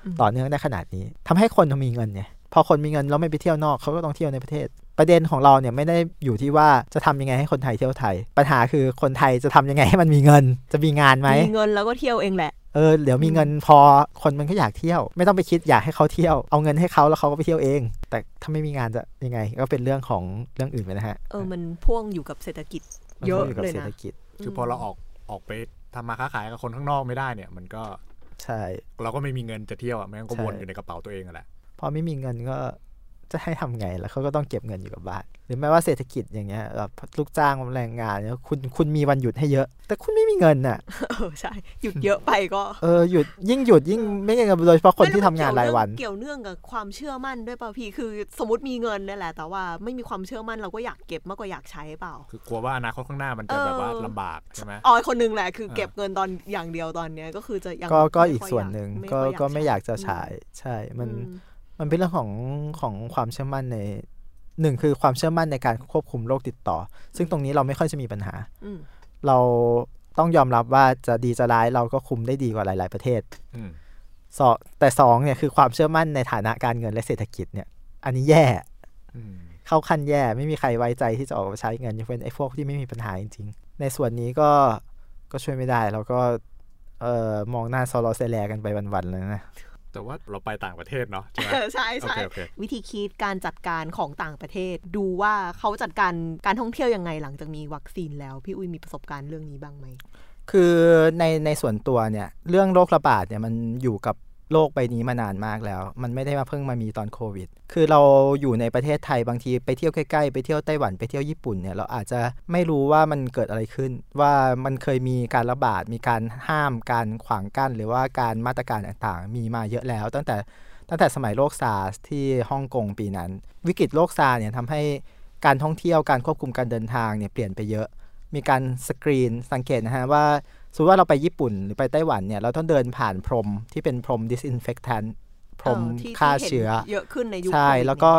Speaker 3: อืม
Speaker 5: ต่อเนื่องได้ขนาดนี้ทำให้คนมีเงินไงพอคนมีเงินแล้วไม่ไปเที่ยวนอกเขาก็ต้องเที่ยวในประเทศ ประเด็นของเราเนี่ยไม่ได้อยู่ที่ว่าจะทำยังไงให้คนไทยเที่ยวไทย ปัญหาคือคนไทยจะทำยังไงให้มันมีเงิน จะมีงานไหม
Speaker 3: มีเงินแล้วก็เที่ยวเองแหละ
Speaker 5: เออเดี๋ยวมีเงินพอคนมันก็อยากเที่ยว ไม่ต้องไปคิดอยากให้เขาเที่ยวเอาเงินให้เขาแล้วเขาก็ไปเที่ยวเอง แต่ถ้าไม่มีงานจะยังไง ก็เป็นเรื่องของเรื่องอื่นไปนะฮะ
Speaker 3: เออ มันพ่วงอยู่กับเศรษฐกิจ
Speaker 5: มัน
Speaker 3: เยอะ
Speaker 5: ขึ้กับ
Speaker 3: เลย
Speaker 5: เศรษ
Speaker 3: นะ
Speaker 5: ฐกิจ
Speaker 2: คือพอเราออกออกไปทำมาค้าขายกับคนข้างนอกไม่ได้เนี่ย มันก็
Speaker 5: ใช่
Speaker 2: เราก็ไม่มีเงินจะเที่ยวอ่ะไม่งั้นก็
Speaker 5: ใช่
Speaker 2: วนอยู่ในกระเป๋าตัวเองอะแหละ
Speaker 5: พอไม่มีเงินก็จะให้ทำไงแล้วเขาก็ต้องเก็บเงินอยู่กับบ้านหรือแม้ว่าเศรษฐกิจอย่างเงี้ยแบบลูกจ้างแรงงานเนี่ยคุณคุณมีวันหยุดให้เยอะ แต่คุณไม่มีเงินน่ะ
Speaker 3: เออใช่ หยุดเยอะไปก็
Speaker 5: เออหยุดยิ่งหยุดยิ่งไม่ได้เงินโดยเฉพาะคน
Speaker 3: ไม่
Speaker 5: ที่
Speaker 3: รู้
Speaker 5: ทำ
Speaker 3: มั
Speaker 5: งานรายวัน
Speaker 3: เกี่ยวเนื่องกับความเชื่อมั่นด้วยเปล่าพี่ คือสมมติมีเงินเนี่ยแหละ แต่ว่าไม่มีความเชื่อมั่นเราก็อยากเก็บมากกว่าอยากใช้เปล่า
Speaker 2: คือกลัวว่าอนาคตข้างหน้ามันจะแบบว่าลำบากใช่ไหม
Speaker 3: ออยคนหนึงแหละ คือ
Speaker 2: เออ
Speaker 3: เก็บเงินตอนอย่างเดียวตอนเนี้ยก็คือจะยัง
Speaker 5: ก็ก็
Speaker 3: ไม่ค่ย
Speaker 5: อีกส่วนหนึ่ง
Speaker 3: ยา
Speaker 5: ก็ก็ไม่อยากจะ
Speaker 3: ใช้
Speaker 5: ฉายใช่มัน
Speaker 3: อื
Speaker 5: มันเป็นเรื่องของของความเชื่อมั่นในหนึ่งคือความเชื่อมั่นในการควบคุมโรคติดต่อ ซึ่งตรงนี้เราไม่ค่อยจะมีปัญหา
Speaker 3: อืม
Speaker 5: เราต้องยอมรับว่าจะดีจะร้ายเราก็คุมได้ดีกว่าหลาย ๆ ประเทศ
Speaker 2: อืม
Speaker 5: สองแต่สองเนี่ยคือความเชื่อมั่นในฐานะการเงินและเศรษฐกิจเนี่ย อันนี้แย่
Speaker 2: อืม
Speaker 5: เข้าขั้นแย่ไม่มีใครไว้ใจที่จะออกมาใช้เงินยกเว้นไอ้พวกที่ไม่มีปัญหาจริง ๆ ในส่วนนี้ก็ก็ช่วยไม่ได้แล้วก็เอ่อมองหน้าซอลอเซแลกันไปวันๆเลยนะ
Speaker 2: แต่ว่าเราไปต่างประเทศเนาะใช่ไหม
Speaker 3: เออใช่
Speaker 2: โอ
Speaker 3: ใช่
Speaker 2: เคโอเค
Speaker 3: วิธีคิดการจัดการของต่างประเทศ ดูว่าเขาจัดการการท่องเที่ยวยังไงหลังจากมีวัคซีนแล้ว พี่อุ้ยมีประสบการณ์เรื่องนี้บ้างไหม
Speaker 5: คือในในส่วนตัวเนี่ยเรื่องโรคระบาดเนี่ยมันอยู่กับโลกใบนี้มานานมากแล้ว มันไม่ได้มาเพิ่งมามีตอนโควิด คือเราอยู่ในประเทศไทยบางทีไปเที่ยวใกล้ๆไปเที่ยวไต้หวันไปเที่ยวญี่ปุ่นเนี่ยเราอาจจะไม่รู้ว่ามันเกิดอะไรขึ้น ว่ามันเคยมีการระบาดมีการห้ามการขวางกั้น หรือว่าการมาตรการต่างๆ มีมาเยอะแล้ว ตั้งแต่ตั้งแต่สมัยโรคซาร์สที่ฮ่องกงปีนั้น วิกฤตโรคซาร์เนี่ยทำให้การท่องเที่ยวการควบคุมการเดินทางเนี่ยเปลี่ยนไปเยอะ มีการสกรีนสังเกตนะฮะว่าสมมติว่าเราไปญี่ปุ่นหรือไปไต้หวันเนี่ยเราต้องเดินผ่านพรมที่เป็นพรม disinfectant พรม
Speaker 3: เออที่
Speaker 5: ฆ่า
Speaker 3: ที่ห็น
Speaker 5: เชื้อ
Speaker 3: เยอะขึ้นในยุค
Speaker 5: ใช่
Speaker 3: โคด
Speaker 5: แล้วก็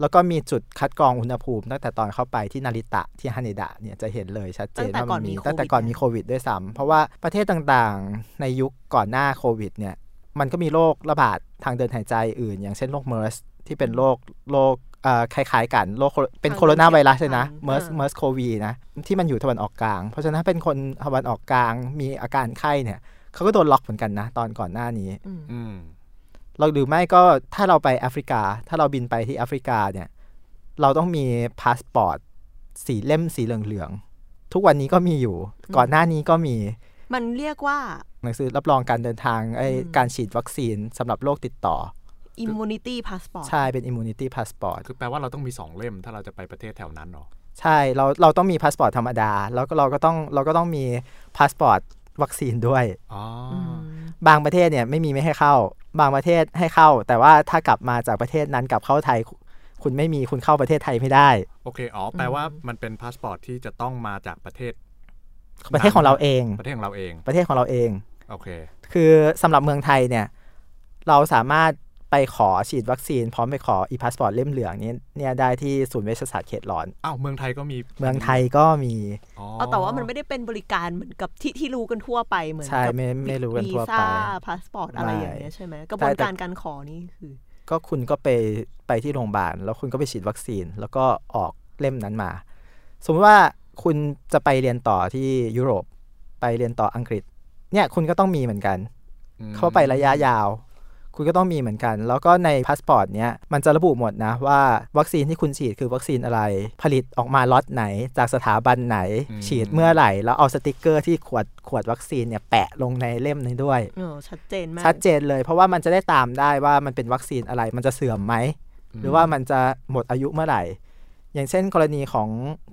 Speaker 5: แล้วก็มีจุดคัดกรองอุณหภูมิ ตั้งแต่ตอนเข้าไปที่นาริตะที่ฮานิดะเนี่ยจะเห็นเลยชัดเจนว่ามันมีตั้งแต่ก่อนมีโควิดด้วยซ้ำเพราะว่าประเทศต่างๆในยุคก่อนหน้าโควิดเนี่ยมันก็มีโรคระบาดทางเดินหายใจอื่น อย่างเช่นโรคเมอร์สที่เป็นโรคโรคเอ่อคล้าย ๆ กันโรคโคโรเป็นโคโรนาไวรัสเลยนะเมอร์สเมอร์สโควีนะที่มันอยู่ตะวันออกกลาง เพราะฉะนั้นถ้าเป็นคนตะวันออกกลางมีอาการไข้เนี่ยเขาก็โดนล็อกเหมือนกันนะตอนก่อนหน้านี้
Speaker 3: อืม
Speaker 2: อืม
Speaker 5: เราหรือไม่ก็ถ้าเราไปแอฟริกา ถ้าเราบินไปที่แอฟริกาเนี่ย เราต้องมีพาสปอร์ตสีเล่มสีเหลืองๆทุกวันนี้ก็มีอยู่ ก่อนหน้านี้ก็มี
Speaker 3: มันเรียกว่า
Speaker 5: หนังสือรับรองการเดินทางไอ้
Speaker 3: อืม
Speaker 5: การฉีดวัคซีนสำหรับโรคติดต่อ
Speaker 3: immunity passport
Speaker 5: ใช่เป็น immunity passport
Speaker 2: คือแปลว่าเราต้องมีสองเล่ม ถ้าเราจะไปประเทศแถวนั้นเนาะ
Speaker 5: ใช่เราเราต้องมีพาสปอร์ตธรรมดา แล้วก็เราก็ต้องเราก็ต้องมีพาสปอร์ตวัคซีนด้วย
Speaker 2: อ๋อ
Speaker 3: อืม
Speaker 5: บางประเทศเนี่ยไม่มีไม่ให้เข้า บางประเทศให้เข้า แต่ว่าถ้ากลับมาจากประเทศนั้นกลับเข้าไทย คุณไม่มีคุณเข้าประเทศไทยไม่ได้
Speaker 2: โอเคอ๋อแปลว่ามันเป็นพาสปอร์ตที่จะต้องมาจากประเทศ
Speaker 5: ประเทศของเราเอง
Speaker 2: ประเทศของเราเอง
Speaker 5: ประเทศของเราเอง
Speaker 2: โอเค
Speaker 5: คือสำหรับเมืองไทยเนี่ย เราสามารถไปขอฉีดวัคซีน พร้อมไปขออีพาสปอร์ตเล่มเหลืองนี้เนี่ยได้ที่ศูนย์เวชศาสตร์เขตร้อน
Speaker 2: อ้าวเมืองไทยก็มี
Speaker 5: เมืองไทยก็มี
Speaker 3: เอาแต่ว่ามันไม่ได้เป็นบริการเหมือนกับที่ที่รู้กันทั่วไปเหมือน
Speaker 5: ใช่
Speaker 3: กับ
Speaker 5: ไม่ไม่รู้กันทั่ว
Speaker 3: วี
Speaker 5: ไป
Speaker 3: ซ่าพาสปอร์ตอะไรอย่างเงี้ยใช่ไหมกระบวนการการขอนี่คือ
Speaker 5: ก็คุณก็ไปไปที่โรงพยาบาล แล้วคุณก็ไปฉีดวัคซีน แล้วก็ออกเล่มนั้นมา สมมติว่าคุณจะไปเรียนต่อที่ยุโรปไปเรียนต่ออังกฤษ เนี่ยคุณก็ต้องมีเหมือนกัน
Speaker 2: อืม
Speaker 5: เข้าไประยะยาว คุณก็ต้องมีเหมือนกัน แล้วก็ในพาสปอร์ตเนี้ยมันจะระบุหมดนะว่าวัคซีนที่คุณฉีดคือวัคซีนอะไร ผลิตออกมาล็อตไหน จากสถาบันไหน
Speaker 2: อืม
Speaker 5: ฉีดเมื่อไหร่ แล้วเอาสติกเกอร์ที่ขวดขวดวัคซีนเนี่ยแปะลงในเล่มนี้ด้วย
Speaker 3: เออชัดเจนมาก
Speaker 5: ชัดเจนเลย เพราะว่ามันจะได้ตามได้ว่ามันเป็นวัคซีนอะไร มันจะเสื่อมไหม หรือว่ามันจะหมดอายุเมื่อไหร่ อย่างเช่นกรณีของ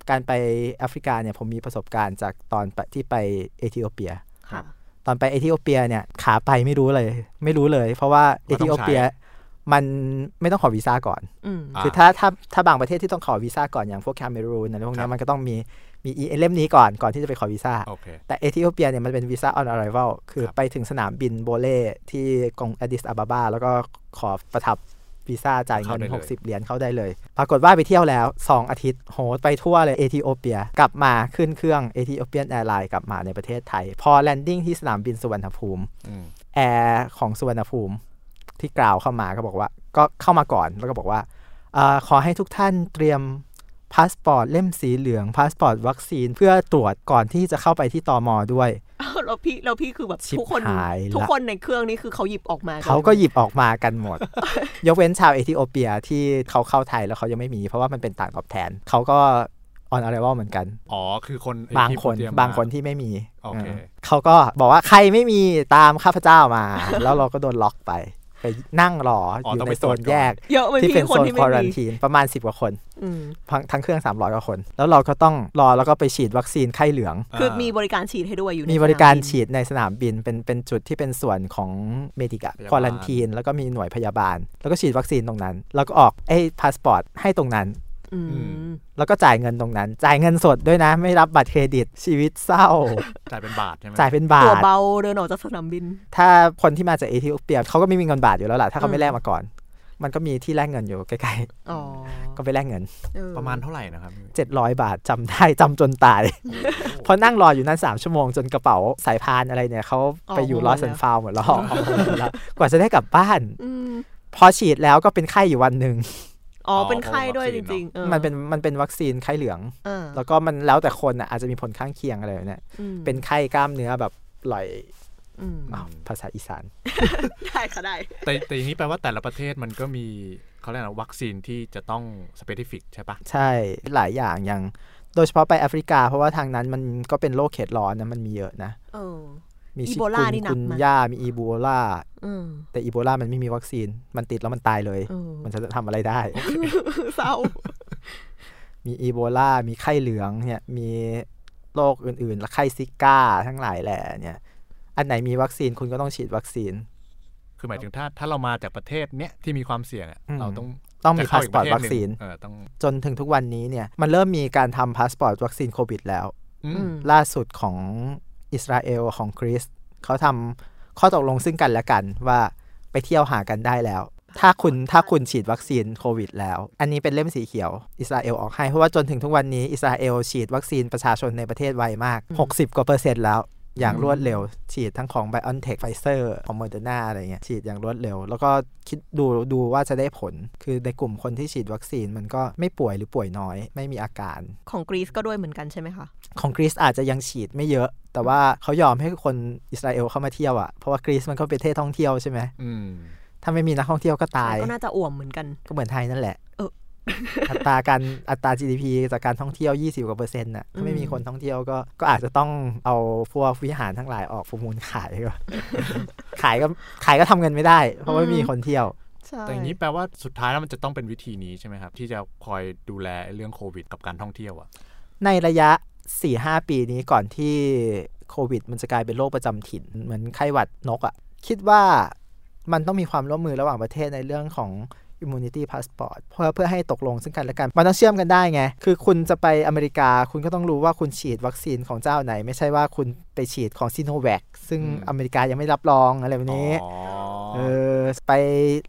Speaker 5: การไปแอฟริกาเนี่ยผมมีประสบการณ์จากตอนไปที่ไปเอธิโอเปีย
Speaker 3: ค่ะ
Speaker 5: ตอนไปเอธิโอเปียเนี่ยขาไปไม่รู้เลย ไม่รู้เลย เพราะว่าเอ
Speaker 2: ว่าต้อ
Speaker 5: ธิ
Speaker 2: งใช้
Speaker 5: โอเปียมันไม่ต้องขอวีซ่าก่อน
Speaker 3: อืม
Speaker 2: อ่า
Speaker 5: คือถ้าถ้าถ้าบางประเทศที่ต้องขอวีซ่าก่อนอย่างพวกแคเมรูนอะไรพวก
Speaker 2: ค
Speaker 5: เนี้
Speaker 2: รั
Speaker 5: ย
Speaker 2: บ
Speaker 5: มันก็ต้องมีมีเอเล่มนี้ก่อนก่อนที่จะไปขอวีซ่า
Speaker 2: โอเค
Speaker 5: แต่เอธิโอเปียเนี่ยมันเป็นวีซ่าออน r r i v a l คือ
Speaker 2: ครับ
Speaker 5: ไปถึงสนามบินโบเล่ที่กรุงอ d ดิสอาบาบา แล้วก็ขอประทับวีซ่าจ่ายเงิน 60 เหรียญเข้าได้เลย ปรากฏว่าไปเที่ยวแล้ว 2 อาทิตย์ โหไปทั่วเลยเอธิโอเปีย กลับมาขึ้นเครื่องเอธิโอเปียนแอร์ไลน์กลับมาในประเทศไทย พอแลนดิ้งที่สนามบินสุวรรณภูมิ
Speaker 2: อืม
Speaker 5: แอร์ของสุวรรณภูมิที่กล่าวเข้ามาก็บอกว่าก็เข้ามาก่อนแล้วก็บอกว่าเออขอให้ทุกท่านเตรียมพาสปอร์ตเล่มสีเหลืองพาสปอร์ตวัคซีนเพื่อตรวจก่อนที่จะเข้าไปที่ตอมด้วย
Speaker 3: อ้าวแล้วพี่แล้วพี่คือแบบ
Speaker 5: ชิบ
Speaker 3: ทุกคน
Speaker 5: หายละ
Speaker 3: ทุกคนในเครื่องนี่คือเขาหยิบออกมา
Speaker 5: เขาก็หยิบออกมากัน หมด ยกเว้นชาวเอธิโอเปียที่เขาเข้าไทยแล้วเขายังไม่มี เพราะว่ามันเป็นต่างตอบแทน เขาก็ออนอะไรวลเหมือนกัน
Speaker 2: อ๋อ คือคน
Speaker 5: บางคน
Speaker 2: ที่เตรียมม
Speaker 5: บางคนที่ไม่มี
Speaker 2: โอเค
Speaker 5: เออเขาก็บอกว่าใครไม่มีตามข้าพเจ้ามา แล้วเราก็โดนล็อกไป ไปนั่งรออ
Speaker 2: อ๋อต้อง
Speaker 5: ยู่ใน
Speaker 2: ไป
Speaker 5: โซน
Speaker 2: ตรวจก่อน
Speaker 5: แยก
Speaker 3: เยอะไหม
Speaker 5: ที่
Speaker 3: พี่
Speaker 5: เป็น
Speaker 3: คน
Speaker 5: โซน
Speaker 3: ที่
Speaker 5: ค
Speaker 3: ไม่
Speaker 5: วอรัน
Speaker 3: มี
Speaker 5: ทีนประมาณ 10 กว่าคน
Speaker 3: อืม
Speaker 5: ทั้งทั้งเครื่อง 300 กว่าคน แล้วเราก็ต้องรอแล้วก็ไปฉีดวัคซีนไข้เหลือง
Speaker 3: คือ
Speaker 2: อ่า
Speaker 3: มีบริการฉีดให้ด้วยอยู่ใน
Speaker 5: มีบริการ
Speaker 3: สนน
Speaker 5: ฉีดในสนามบิน เป็นเป็นจุดที่เป็นส่วนของเมดิกะ
Speaker 2: พยาบาล
Speaker 5: ควอรันทีนแล้วก็มีหน่วยพยาบาล แล้วก็ฉีดวัคซีนตรงนั้น แล้วก็ออกไอ้พาสปอร์ตให้ตรงนั้น
Speaker 3: อืม
Speaker 2: อืม
Speaker 5: แล้วก็จ่ายเงินตรงนั้น จ่ายเงินสดด้วยนะ ไม่รับบัตรเครดิตชีวิตเศร้า
Speaker 2: จ่ายเป็นบาทใช่ไหม
Speaker 5: จ่ายเป็นบา
Speaker 3: ตัว
Speaker 5: ท
Speaker 3: เบาเดินออกจากสนามบิน
Speaker 5: ถ้าคนที่มาจากเอธิโอเปียเขาก็ไม่มีเงินบาทอยู่แล้วล่ะถ้าเขา
Speaker 3: อื
Speaker 5: ไม่
Speaker 3: ม
Speaker 5: แลกมาก่อน มันก็มีที่แลกเงินอยู่ใกล้
Speaker 3: อ๋อ
Speaker 5: ๆก็ไปแลกเงิน
Speaker 3: เออ
Speaker 2: ประมาณเท่าไหร่นะครับ
Speaker 5: 700 บาทจำได้ จำจน ตาย เพราะนั่งรออยู่นั้น 3 ชั่วโมงจนกระเป๋าสายพานอะไรเนี่ยเขาไปอยู่ลอสันฟาวหมดแล้วออกหมดแล้ว กว่าจะได้กลับบ้าน
Speaker 3: อืม
Speaker 5: พอฉีดแล้วก็เป็นไข้อยู่วันหนึ่ง
Speaker 3: อ๋ออ
Speaker 2: อ
Speaker 3: เป็นไข้ด้วย
Speaker 2: เพ
Speaker 3: จ
Speaker 2: ราะว่า
Speaker 3: ริงๆออ
Speaker 5: มันเป็นมันเป็นวัคซีนไข้เหลือง
Speaker 3: เออ
Speaker 5: แล้วก็มันแล้วแต่คนอ่ะอาจจะมีผลข้างเคียงอะไรแบบเนี่ย
Speaker 3: อืม
Speaker 5: เป็นไข้กล้ามเนื้อแบบไหล
Speaker 3: อืม
Speaker 5: อ้าวภาษาอีสาน
Speaker 3: ได้ค่ะได้
Speaker 2: แต่แต่อย่างนี้แปลว่าแต่ละประเทศมันก็มีเขาเรียกนะวัคซีนที่จะต้องสเปซิฟิกใช่ปะ
Speaker 5: ใช่หลายอย่างอย่างโดยเฉพาะไปแอฟริกา เพราะว่าทางนั้นมันก็เป็นโรคเขตร้อนนะมันมีเยอะนะ
Speaker 3: เออ
Speaker 5: มี
Speaker 3: อี
Speaker 5: ชิ
Speaker 3: โบลา
Speaker 5: คุน
Speaker 3: นี่หนัก
Speaker 5: กุน
Speaker 3: ไหม
Speaker 5: ยามีอีโบลา
Speaker 3: อืม
Speaker 5: แต่อีโบลามันไม่มีวัคซีน มันติดแล้วมันตายเลย
Speaker 3: เออ
Speaker 5: มันจะทำอะไรได้
Speaker 3: เศร้า
Speaker 5: มีอีโบลา มีไข้เหลืองเนี่ย มีโรคอื่นๆ และไข้ซิก้าทั้งหลายแหล่เนี่ย อันไหนมีวัคซีนคุณก็ต้องฉีดวัคซีน
Speaker 2: คือหมายถึงถ้าถ้าเรามาจากประเทศเนี้ยที่มีความเสี่ยงอะ
Speaker 5: อืม
Speaker 2: เราต้อง
Speaker 5: ต้องมี
Speaker 2: จะเข้
Speaker 5: พาสปอร์ต
Speaker 2: กปะเทศ
Speaker 5: วัคซีน
Speaker 2: หงเออต้อง
Speaker 5: จนถึงทุกวันนี้เนี่ย มันเริ่มมีการทำพาสปอร์ตวัคซีนโควิดแล้ว
Speaker 2: อืม
Speaker 3: อืม
Speaker 5: ล่าสุดของอิสราเอลของกรีซเขาทำข้อตกลงซึ่งกันและกันว่าไปเที่ยวหากันได้แล้ว ถ้าคุณถ้าคุณฉีดวัคซีนโควิดแล้ว อันนี้เป็นเล่มสีเขียวอิสราเอลออกให้ เพราะว่าจนถึงทุกวันนี้อิสราเอลฉีดวัคซีนประชาชนในประเทศไวมาก 60 กว่าเปอร์เซ็นต์แล้ว อย่างรวดเร็ว ฉีดทั้งของ b i o n t e c h ไฟเซอร์ของ Moderna อะไรเงี้ยฉีดอย่างรวดเร็ว แล้วก็คิดดูดูว่าจะได้ผล คือในกลุ่มคนที่ฉีดวัคซีนมันก็ไม่ป่วยหรือป่วยน้อย ไม่มีอาการ
Speaker 3: ของกรีซก็ด้วยเหมือนกันใช่ไหมคะ
Speaker 5: ของกรีซอาจจะยังฉีดไม่เยอะ แต่ว่าเขายอมให้คนอิสราเอลเข้ามาเที่ยวอะ่ะ เพราะว่ากรีซมันก็เป็นประเทศท่องเที่ยวใช่ไหม
Speaker 2: อืม
Speaker 5: ถ้าไม่มีนักท่องเที่ยวก็ตาย
Speaker 3: ก็น่าจะอ่วมเหมือนกัน
Speaker 5: ก็เหมือนไทยนั่นแหละ
Speaker 3: เออ
Speaker 5: อัตราการอัตรา GDP จากการท่องเที่ยว 20 กว่าเปอร์เซ็นต์น่ะ ถ้าไม่มีคนท่องเที่ยวก็ ก็อาจจะต้องเอาพวกวิหารทั้งหลายออกประมูลขาย ก็ ขายก็ขายก็ทำเงินไม่ได้ เพราะว่าไม่มีคนเที่ยว
Speaker 3: ใช่
Speaker 2: แต่อย่างนี้แปลว่าสุดท้ายแล้วมันจะต้องเป็นวิธีนี้ใช่ไหมครับ ที่จะคอยดูแลเรื่องโควิดกับการท่องเที่ยวอะ
Speaker 5: ในระยะ 4-5 ปีนี้ก่อนที่โควิด มันจะกลายเป็นโรคประจำถิ่น เหมือนไข้หวัดนกอะ่ะ คิดว่ามันต้องมีความร่วมมือระหว่างประเทศในเรื่องของ Immunity Passport เพื่อเพื่อให้ตกลงซึ่งกันและกัน มันต้องเชื่อมกันได้ไง คือคุณจะไปอเมริกาคุณก็ต้องรู้ว่าคุณฉีดวัคซีนของเจ้าไหน ไม่ใช่ว่าคุณไปฉีดของซีโนแวคซึ่งอเมริกายังไม่รับรองอะไรแบบนี้
Speaker 2: อ๋อ
Speaker 5: เออไป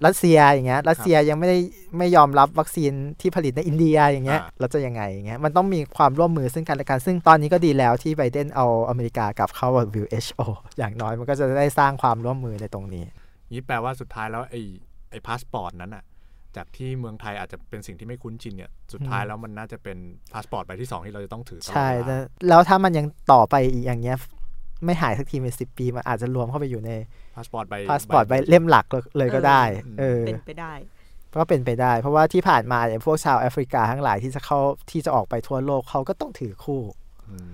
Speaker 5: รัสเซียอย่างเงี้ยรัสเซียยังไม่ได้ไม่ยอมรับวัคซีนที่ผลิตในอินเดียอย่างเงี้ย
Speaker 2: อ่า
Speaker 5: เราจะยังไงอย่างเงี้ยมันต้องมีความร่วมมือซึ่งกันและกัน ซึ่งตอนนี้ก็ดีแล้วที่ไบเดนเอาอเมริกากลับเข้า WHO อย่างน้อยมันก็จะได้สร้างความร่วมมือในตรงนี้
Speaker 2: นี่แปลว่าสุดท้ายแล้วไอ้ไอ้พาสปอร์ตนั้นอะจากที่เมืองไทยอาจจะเป็นสิ่งที่ไม่คุ้นชินเนี่ยสุดท้ายแล้วมันน่าจะเป็นพาสปอร์ตใบที่สองที่เราจะต้องถือตลอด
Speaker 5: ใช่
Speaker 2: เวลา
Speaker 5: แล้วถ้ามันยังต่อไปอีกอย่างเงี้ย ไม่หายสักทีเป็นสิบปีมันอาจจะรวมเข้าไปอยู่ใน
Speaker 2: พาสปอร์ตใบ
Speaker 5: พาสปอร์ตใบเล่มหลักเลยเลยก็ได้ เออ
Speaker 3: เป็นไปได้
Speaker 5: ก็เป็นไปได้ เพราะว่าที่ผ่านมาเนี่ยพวกชาวแอฟริกาทั้งหลายที่จะเข้าที่จะออกไปทั่วโลกเขาก็ต้องถือคู่
Speaker 2: อืม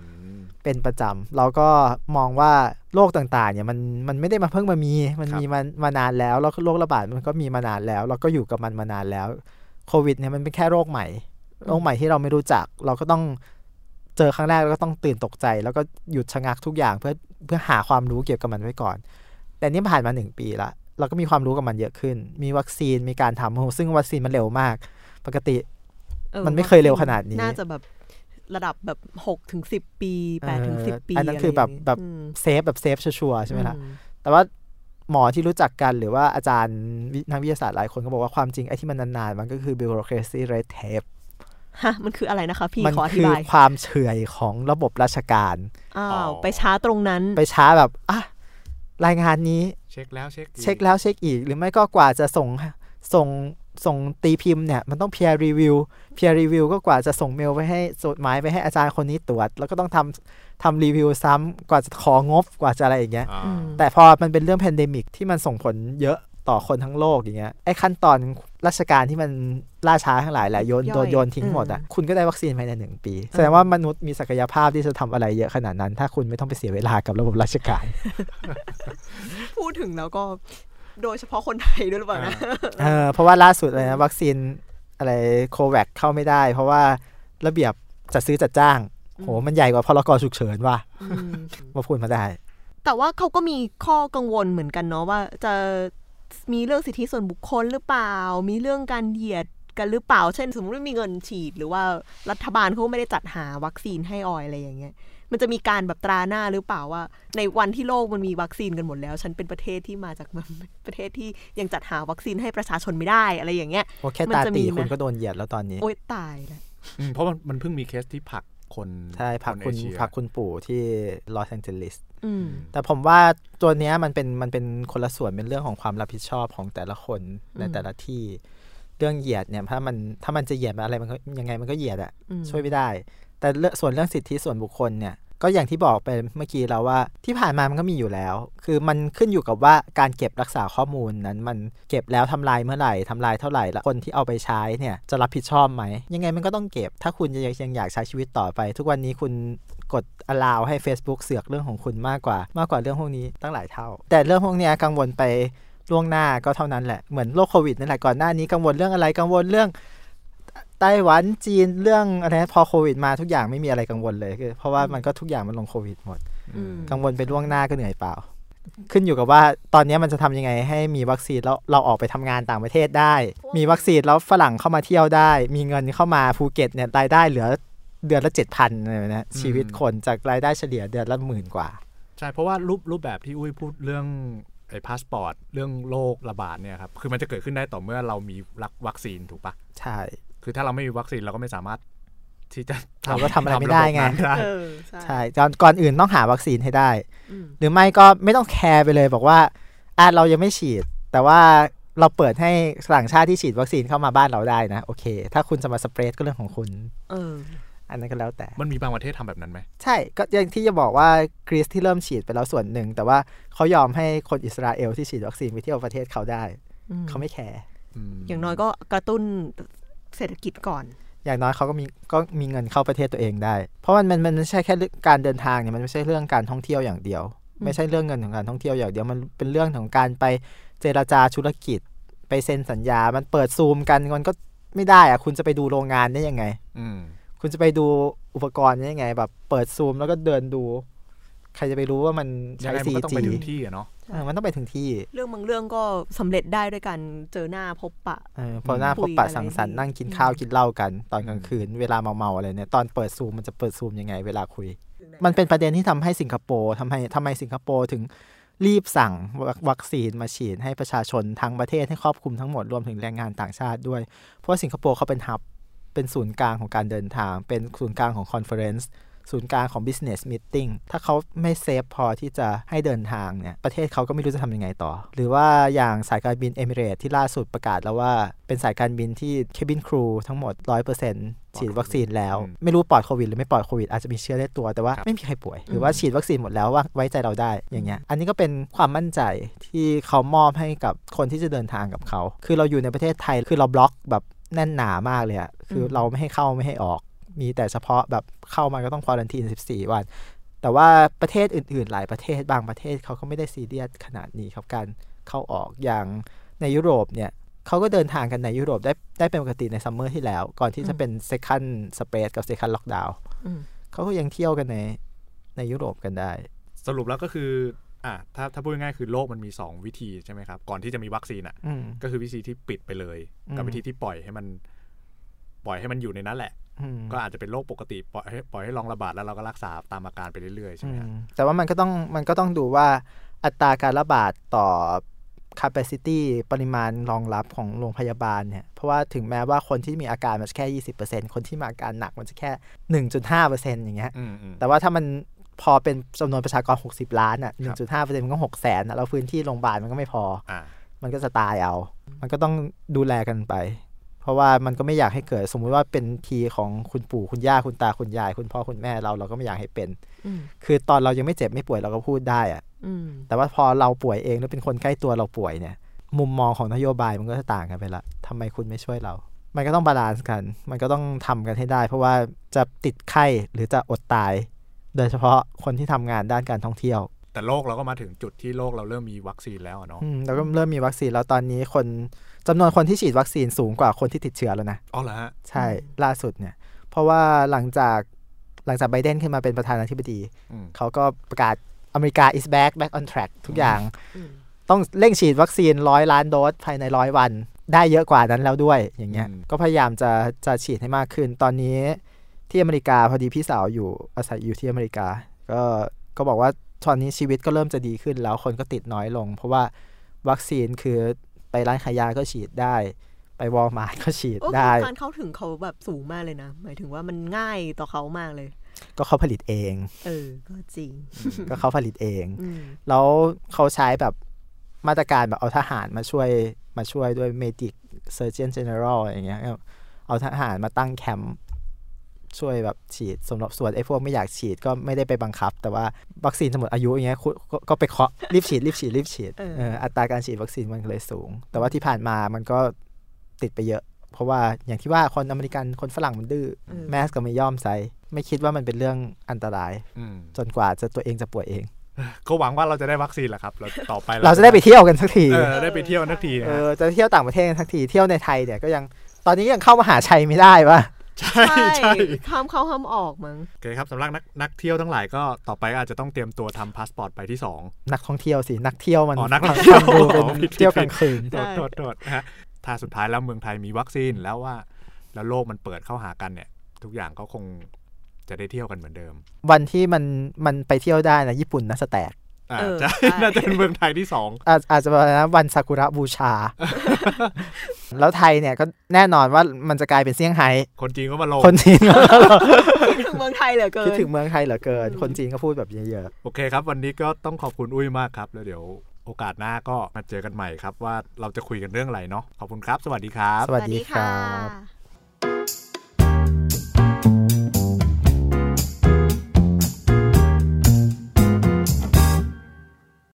Speaker 5: เป็นประจำเราก็มองว่าโรคต่างๆเนี่ยมันมันไม่ได้มาเพิ่งมามี มัน
Speaker 2: ครับ
Speaker 5: มีมามานานแล้วแล้วโรคระบาดมันก็มีมานานแล้ว เราก็อยู่กับมันมานานแล้วโควิดเนี่ยมันเป็นแค่โรคใหม่โรคใหม่ที่เราไม่รู้จัก เราก็ต้องเจอครั้งแรกแล้วก็ต้องตื่นตกใจ แล้วก็หยุดชะงักทุกอย่างเพื่อเพื่อหาความรู้เกี่ยวกับมันไว้ก่อน แต่นี่ผ่านมาหนึ่งปีละเราก็มีความรู้กับมันเยอะขึ้น มีวัคซีนมีการทำโอ้โหซึ่งวัคซีนมันเร็วมาก ปกติ
Speaker 3: ออ
Speaker 5: มันไม่เคยเร็วขนาดนี้
Speaker 3: น่าจะแบบระดับแบบหกถึงสิบปีแปดถึงสิบปี
Speaker 5: อันนั้นคือแบบ
Speaker 3: ะไร
Speaker 5: แบบ
Speaker 3: ย่างงี้
Speaker 5: เซฟแบบเซฟชัวร์ๆใช่ไหมล่ะ
Speaker 3: อืม
Speaker 5: แต่ว่าหมอที่รู้จักกันหรือว่าอาจารย์วินักวิทยาศาสตร์หลายคนก็บอกว่าความจริงไอ้ที่มันนานๆ มันก็คือ bureaucracy red tape
Speaker 3: ฮะมันคืออะไรนะคะพี่
Speaker 5: มั
Speaker 3: ขออ
Speaker 5: คื
Speaker 3: ธิบาย
Speaker 5: ความเฉื่อยของระบบราชการ
Speaker 3: อ้า
Speaker 2: อ๋
Speaker 3: ว
Speaker 2: อ
Speaker 3: ไปช้าตรงนั้น
Speaker 5: ไปช้าแบบอ่ะรายงานนี้
Speaker 2: เช็คแล้วเช็คอีก
Speaker 5: เช็คแล้วเช็คอีก หรือไม่ก็กว่าจะส่งส่งส่งตีพิมพ์เนี่ย มันต้อง peer review peer review ก็กว่าจะส่งเมลไปให้จดหมายไปให้อาจารย์คนนี้ตรวจ แล้วก็ต้องทำทำรีวิวซ้ำกว่าจะของบกว่าจะอะไรอย่างเงี้ย
Speaker 2: อ่า
Speaker 3: อืม
Speaker 5: แต่พอมันเป็นเรื่องแพนเดมิกที่มันส่งผลเยอะต่อคนทั้งโลกอย่างเงี้ยไอ้ขั้นตอนราชการที่มันล่าช้าทั้งหลายแหละโยน
Speaker 3: ย่อย
Speaker 5: โดนโยนทิ้งหมดอ่ะ
Speaker 3: อืม
Speaker 5: คุณก็ได้วัคซีนภายในหนึ่งปี แสดงว่ามนุษย์มีศักยภาพที่จะทำอะไรเยอะขนาดนั้น ถ้าคุณไม่ต้องไปเสียเวลากับระบบราชการ
Speaker 3: พูดถึงแล้วก็โดยเฉพาะคนไทยด้วยหรือเปล่านะ
Speaker 5: เออเพราะว่าล่าสุดเลยนะวัคซีนอะไรโควัคเข้าไม่ได้ เพราะว่าระเบียบจัดซื้อจัดจ้างโห
Speaker 3: อืม
Speaker 5: มันใหญ่กว่าพรกฉุกเฉินว่ะ
Speaker 3: อืม
Speaker 5: มาพูดมาได้
Speaker 3: แต่ว่าเขาก็มีข้อกังวลเหมือนกันเนาะว่าจะมีเรื่องสิทธิส่วนบุคคลหรือเปล่า มีเรื่องการเหยียดกันหรือเปล่า เช่น สมมติว่ามีเงินฉีด หรือว่ารัฐบาลเขาไม่ได้จัดหาวัคซีนให้ออยอะไรอย่างเงี้ย มันจะมีการแบบตราหน้าหรือเปล่าว่า ในวันที่โลกมันมีวัคซีนกันหมดแล้ว ฉันเป็นประเทศที่มาจาก ประเทศที่ยังจัดหาวัคซีนให้ประชาชนไม่ได้อะไรอย่างเงี้ย
Speaker 5: โอเค
Speaker 3: มัน
Speaker 5: ตา
Speaker 3: จะมี
Speaker 5: ตี
Speaker 3: ไหม
Speaker 5: คุณก็โดนเหยียดแล้วตอนนี้
Speaker 3: โอ๊ยตายแล้ว
Speaker 2: อืมเพราะมันมันเพิ่งมีเคสที่ผลักคน
Speaker 5: ใช่พัก
Speaker 2: น
Speaker 5: คุณ
Speaker 2: เอเชีย
Speaker 5: พักคุณปู่ที่ลอสแองเจลิส
Speaker 3: อืม
Speaker 5: แต่ผมว่าตัวเนี้ยมันเป็นมันเป็นคนละส่วนเป็นเรื่องของความรับผิดชอบของแต่ละคนใน
Speaker 3: อืม
Speaker 5: แต่ละที่เรื่องเหยียดเนี่ยถ้ามันถ้ามันจะเหยียดมันอะไรมันก็ยังไงมันก็เหยียดอะ
Speaker 3: อืม
Speaker 5: ช่วยไม่ได้ แต่เรื่องส่วนเรื่องสิทธิส่วนบุคคลเนี่ยก็อย่างที่บอกไปเมื่อกี้แล้วว่าที่ผ่านมามันก็มีอยู่แล้ว คือมันขึ้นอยู่กับว่าการเก็บรักษาข้อมูลนั้น มันเก็บแล้วทำลายเมื่อไหร่ทำลายเท่าไหร่แล้วคนที่เอาไปใช้เนี่ยจะรับผิดชอบไหมยังไงมันก็ต้องเก็บ ถ้าคุณยังยังอยากใช้ชีวิตต่อไป ทุกวันนี้คุณ กด allow ให้ Facebook เสือกเรื่องของคุณมากกว่ามากกว่าเรื่องพวกนี้ตั้งหลายเท่า แต่เรื่องพวกเนี้ยกังวลไปล่วงหน้าก็เท่านั้นแหละ เหมือนโรคโควิดนั่นแหละก่อนหน้านี้กังวลเรื่องอะไรกังวลเรื่องไต้หวันจีนเรื่องอะไรนะพอโควิดมาทุกอย่างไม่มีอะไรกังวลเลยคือเพราะว่ามันก็ทุกอย่างมันลงโควิดหมด
Speaker 2: อืม
Speaker 5: กังวลไปล่วงหน้าก็เหนื่อยเปล่า ขึ้นอยู่กับว่าตอนเนี้ยมันจะทำยังไงให้มีวัคซีนแล้วเราออกไปทำงานต่างประเทศได้ มีวัคซีนแล้วฝรั่งเข้ามาเที่ยวได้ มีเงินเข้ามาภูเก็ตเนี่ยรายได้เหลือเดือนละเจ็ดพันอะไรแบบเนะชีวิตคนจากรายได้เฉลี่ยเดือนละหมื่นกว่า
Speaker 2: ใช่เพราะว่ารูปรูปแบบที่อุ้ยพูดเรื่องไอ้พาสปอร์ตเรื่องโรคระบาดเนี่ยครับคือมันจะเกิดขึ้นได้ต่อเมื่อเรามีรักวัคซีนถูกปะ
Speaker 5: ใช่
Speaker 2: คือถ้าเราไม่มีวัคซีนเราก็ไม่สามารถที่จะ
Speaker 5: เราก็ทำอะไรไม่ได้ไง
Speaker 2: ทำระบบนั้นด้
Speaker 3: เออใช่
Speaker 5: ใช่ก่อนก่อนอื่นต้องหาวัคซีนให้ได้
Speaker 3: อืม
Speaker 5: หรือไม่ก็ไม่ต้องแคร์ไปเลยบอกว่าอ่ะเรายังไม่ฉีด แต่ว่าเราเปิดให้ต่างชาติที่ฉีดวัคซีนเข้ามาบ้านเราได้นะโอเค ถ้าคุณจะมาสเปรดก็เรื่องของคุณ
Speaker 3: เออ
Speaker 5: อันนั้นก็แล้วแต่
Speaker 2: มันมีบางประเทศทำแบบนั้นไหม
Speaker 5: ใช่ ก็อย่างที่จะบอกว่ากรีซที่เริ่มฉีดไปแล้วส่วนหนึ่ง แต่ว่าเขายอมให้คนอิสราเอลที่ฉีดวัคซีนไปเที่ยวประเทศเขาได้
Speaker 3: อืม
Speaker 5: เขาไม่แคร์
Speaker 3: อย่างน้อยก็กระตุ้นเศรษฐกิจก่อน
Speaker 5: อย่างน้อยเขาก็มีก็มีเงินเข้าประเทศตัวเองได้ เพราะมันมันมันไม่ใช่แค่เรื่องการเดินทางเนี่ยมันไม่ใช่เรื่องการท่องเที่ยวอย่างเดียว
Speaker 3: อืม
Speaker 5: ไม่ใช่เรื่องเงินของการท่องเที่ยวอย่างเดียวมันเป็นเรื่องของการไปเจราจาธุรกิจ ไปเซ็นสัญญา มันเปิดซูมกันมันก็ไม่ได้อะคุณจะไปดูโรงงานได้ยังไง
Speaker 2: อืม
Speaker 5: คุณจะไปดูอุปกรณ์ได้ยังไง แบบเปิดซูมแล้วก็เดินดู ใครจะไปรู้ว่ามัน
Speaker 2: ยัง
Speaker 5: ใช้
Speaker 2: ไงมันก็ต้องไป
Speaker 5: 4G
Speaker 2: ถึงที่อะเนาะ
Speaker 5: เออมันต้องไปถึงที่
Speaker 3: เรื่องบางเรื่องก็สำเร็จได้ด้วยการเจอหน้าพบปะ
Speaker 5: เออพอหน้าพ
Speaker 3: คุ
Speaker 5: บปะ
Speaker 3: ยอะไร
Speaker 5: สังสรรค์
Speaker 3: ดี
Speaker 5: นั่งกินข้าวกินเหล้ากัน ตอนกลาง
Speaker 2: อืม
Speaker 5: คืน เวลาเมาๆอะไรเนี่ย ตอนเปิดซูมมันจะเปิดซูมยังไงเวลาคุย มันเป็นประเด็นที่ทำให้สิงคโปร์ทำให้ทำไมสิงคโปร์ถึงรีบสั่งวัควัคซีนมาฉีดให้ประชาชนทั้งประเทศให้ครอบคลุมทั้งหมดรวมถึงแรงงานต่างชาติด้วย เพราะว่าสิงคโปร์เขาเป็นฮับเป็นศูนย์กลางของการเดินทาง เป็นศูนย์กลางของคอนเฟอเรนซ์ ศูนย์กลางของ business meeting ถ้าเขาไม่เซฟพอที่จะให้เดินทางเนี่ยประเทศเขาก็ไม่รู้จะทำยังไงต่อ หรือว่าอย่างสายการบินเอมิเรตที่ล่าสุดประกาศแล้วว่า เป็นสายการบินที่ cabin crew ทั้งหมด 100%ฉีดวัคซีนแล้ว
Speaker 2: อืม
Speaker 5: ไม่รู้ปลอดโควิดหรือไม่ปลอดโควิดอาจจะมีเชื้อในตัวแต่ว่า
Speaker 2: ครับ
Speaker 5: ไม่มีใครป่วย หรือว่าฉีดวัคซีนหมดแล้วว่าไว้ใจเราได้อย่างเงี้ยอันนี้ก็เป็นความมั่นใจที่เขามอบให้กับคนที่จะเดินทางกับเขา คือเราอยู่ในประเทศไทยคือเราบล็อกแบบแน่นหนามากเลยอะคือ
Speaker 3: ม
Speaker 5: เราไม่ให้เข้าไม่ให้ออก มีแต่เฉพาะแบบเข้ามาก็ต้องควอรันทีน14 วัน แต่ว่าประเทศอื่นๆ หลายประเทศบางประเทศเขาก็ไม่ได้ซีเรียสขนาดนี้ครับการเข้าออกอย่างในยุโรปเนี่ยเขาก็เดินทางกันในยุโรปได้ได้เป็นปกติในซัมเมอร์ที่แล้ว ก่อนที่จะเป็น second space กับ second lockdown
Speaker 3: อืม
Speaker 5: เขาก็ยังเที่ยวกันในในยุโรปกันได้
Speaker 2: สรุปแล้วก็คืออ่ะถ้าถ้าพูดง่ายๆคือโลกมันมี 2 วิธีใช่ไหมครับ ก่อนที่จะมีวัคซีนอ่ะ
Speaker 5: อืม
Speaker 2: ก็คือวิธีที่ปิดไปเลย กับ
Speaker 5: อืม
Speaker 2: วิธีที่ปล่อยให้มัน ปล่อยให้มันอยู่ในนั้นแหละ
Speaker 5: อืม
Speaker 2: ก็อาจจะเป็นโรคปกติ ปล่อยให้ปล่อยให้ลองระบาดแล้วเราก็รักษาตามอาการไปเรื่อยๆใช่
Speaker 5: อื
Speaker 2: ไหม
Speaker 5: ม
Speaker 2: ฮะ
Speaker 5: แต่ว่ามันก็ต้องมันก็ต้องดูว่าอัตราการระบาดต่อ capacity ปริมาณรองรับของโรงพยาบาลเนี่ย เพราะว่าถึงแม้ว่าคนที่มีอาการมันจะแค่ 20%คนที่มีอาการหนักมันจะแค่ 1.5%อย่างเงี้ย
Speaker 2: อืมอืม
Speaker 5: แต่ว่าถ้ามันพอเป็นจำนวนประชากร 60 ล้านอ่ะ
Speaker 2: ครับ
Speaker 5: 1.5%มันก็6แสนอะแล้วพื้นที่โรงพยาบาลมันก็ไม่พอ
Speaker 2: อ่า
Speaker 5: มันก็จะตายเอา มันก็ต้องดูแลกันไป เพราะว่ามันก็ไม่อยากให้เกิด สมมุติว่าเป็นทีของคุณปู่คุณย่าคุณตาคุณยาย คุณพ่อคุณแม่เราเราก็ไม่อยากให้เป็น
Speaker 3: อืม
Speaker 5: คือตอนเรายังไม่เจ็บไม่ป่วยเราก็พูดได้อะ
Speaker 3: อืม
Speaker 5: แต่ว่าพอเราป่วยเองหรือเป็นคนใกล้ตัวเราป่วยเนี่ย มุมมองของนโยบายมันก็จะต่างกันไปละทำไมคุณไม่ช่วยเรา มันก็ต้องบาลานซ์กัน มันก็ต้องทำกันให้ได้ เพราะว่าจะติดไข้หรือจะอดตาย โดยเฉพาะคนที่ทำงานด้านการท่องเที่ยว
Speaker 2: แต่โลกเราก็มาถึงจุดที่โลกเราเริ่มมีวัคซีนแล้วอะเนาะ
Speaker 5: อืมแล้วก็เริ่มมีวัคซีนแล้วตอนนี้คนจำนวนคนที่ฉีดวัคซีนสูงกว่าคนที่ติดเชื้อแล้วนะ
Speaker 2: อ๋อเหรอฮะ
Speaker 5: ใช่ล่าสุดเนี่ย เพราะว่าหลังจากหลังจากไบเดนขึ้นมาเป็นประธานาธิบดี
Speaker 2: อืม
Speaker 5: เขาก็ประกาศอเมริกา is back back on track ทุกอย่าง
Speaker 3: อืม
Speaker 5: ต้องเร่งฉีดวัคซีนร้อยล้านโดสภายในร้อยวัน ได้เยอะกว่านั้นแล้วด้วยอย่างเงี้ย
Speaker 2: อืม
Speaker 5: ก็พยายามจะจะฉีดให้มากขึ้น ตอนนี้ที่อเมริกาพอดีพี่สาวอยู่อาศัยอยู่ที่อเมริกา ก็ก็บอกว่าตอนนี้ชีวิตก็เริ่มจะดีขึ้นแล้วคนก็ติดน้อยลง เพราะว่าวัคซีนคือไปร้านขายยาก็ฉีดได้ ไปวอลมาร์ทก็ฉีด
Speaker 3: โอ้
Speaker 5: ได้
Speaker 3: คือการเข้าถึงเขาแบบสูงมากเลยนะ หมายถึงว่ามันง่ายต่อเขามากเลย
Speaker 5: ก็เขาผลิตเอง
Speaker 3: เออ ก็จริง
Speaker 5: ก็เขาผลิตเอง
Speaker 3: อืม
Speaker 5: แล้วเขาใช้แบบมาตรการแบบเอาทหารมาช่วยมาช่วยด้วยเมดิกเซอร์เจนเจเนอรัลอย่างเงี้ยครับเอาทหารมาตั้งแคมป์ช่วยแบบฉีดสำหรับส่วนไอ้พวกไม่อยากฉีดก็ไม่ได้ไปบังคับ แต่ว่าวัคซีนจะหมดอายุอย่างเงี้ยคุณก็ก็ไปเคาะรีบฉีดรีบฉีดรีบฉีด
Speaker 3: เออ
Speaker 5: เอออัตราการฉีดวัคซีนมันเลยสูง แต่ว่าที่ผ่านมามันก็ติดไปเยอะ เพราะว่าอย่างที่ว่าคนอเมริกันคนฝรั่งมันดื้อ
Speaker 3: เออ
Speaker 5: แมสก็ไม่ย่อมใส่ไม่คิดว่ามันเป็นเรื่องอันตราย
Speaker 2: อืม
Speaker 5: จนกว่าจะตัวเองจะป่วยเอง
Speaker 2: ก็หวังว่าเราจะได้วัคซีนแหละครับ เราต่อไป
Speaker 5: เราจะได้ไปเที่ยวกันสักที
Speaker 2: เออได้ไปเที่ยวนักทีนะ
Speaker 5: เอ
Speaker 2: ฮะ
Speaker 5: อจะเที่ยวต่างประเทศกันสักทีเที่ยวในไทยเนี่ยก็ยังตอนนี้ยังเข้ามหาชัยไม่ได้ปะ
Speaker 2: ใช่ใช่
Speaker 3: ห้ามเข้าห้ามออกมั้ง
Speaker 2: โอเคครับสำหรับนักนักเที่ยวทั้งหลายก็ต่อไปก็อาจจะต้องเตรียมตัวทำพาสปอร์ตใบที่สอง
Speaker 5: นักท่องเที่ยวสินักเที่ยวมัน
Speaker 2: อ๋อนักท่องเที่ยว
Speaker 5: ฟัดูเป็น
Speaker 2: อ๋อผิดผิด
Speaker 5: เที่ยวกลางคืน
Speaker 2: โทษโทษโทษนะฮะถ้าสุดท้ายแล้วเมืองไทยมีวัคซีนแล้วว่า แล้วโลกมันเปิดเข้าหากันเนี่ย ทุกอย่างก็คงจะได้เที่ยวกันเหมือนเดิม
Speaker 5: วันที่มันมันไปเที่ยวได้นะญี่ปุ่นนะสแตก
Speaker 2: อ่า
Speaker 3: เออ
Speaker 2: จะ
Speaker 3: ใช่
Speaker 2: น่าจะเป็นเมืองไทยที่สอง
Speaker 5: อาจอาจจะเป็นนะวันซากุระบู ชา แล้วไทยเนี่ยก็แน่นอนว่ามันจะกลายเป็นเซี่ยงไฮ้
Speaker 2: คนจีนก็มาลง
Speaker 5: คนจีน
Speaker 3: คิดถึงเมืองไทยเหลือเกิ
Speaker 5: คิด
Speaker 3: น
Speaker 5: ถึงเมืองไทยเหลือเกิน คนจีนก็พูดแบบเยอะ
Speaker 2: โอเคครับ วันนี้ก็ต้องขอบคุณอุ้ยมากครับ แล้วเดี๋ยวโอกาสหน้าก็มาเจอกันใหม่ครับ ว่าเราจะคุยกันเรื่องอะไรเนาะขอบคุณครับ สวัสดีครับ
Speaker 5: ๆสวัสดีครับ
Speaker 3: บ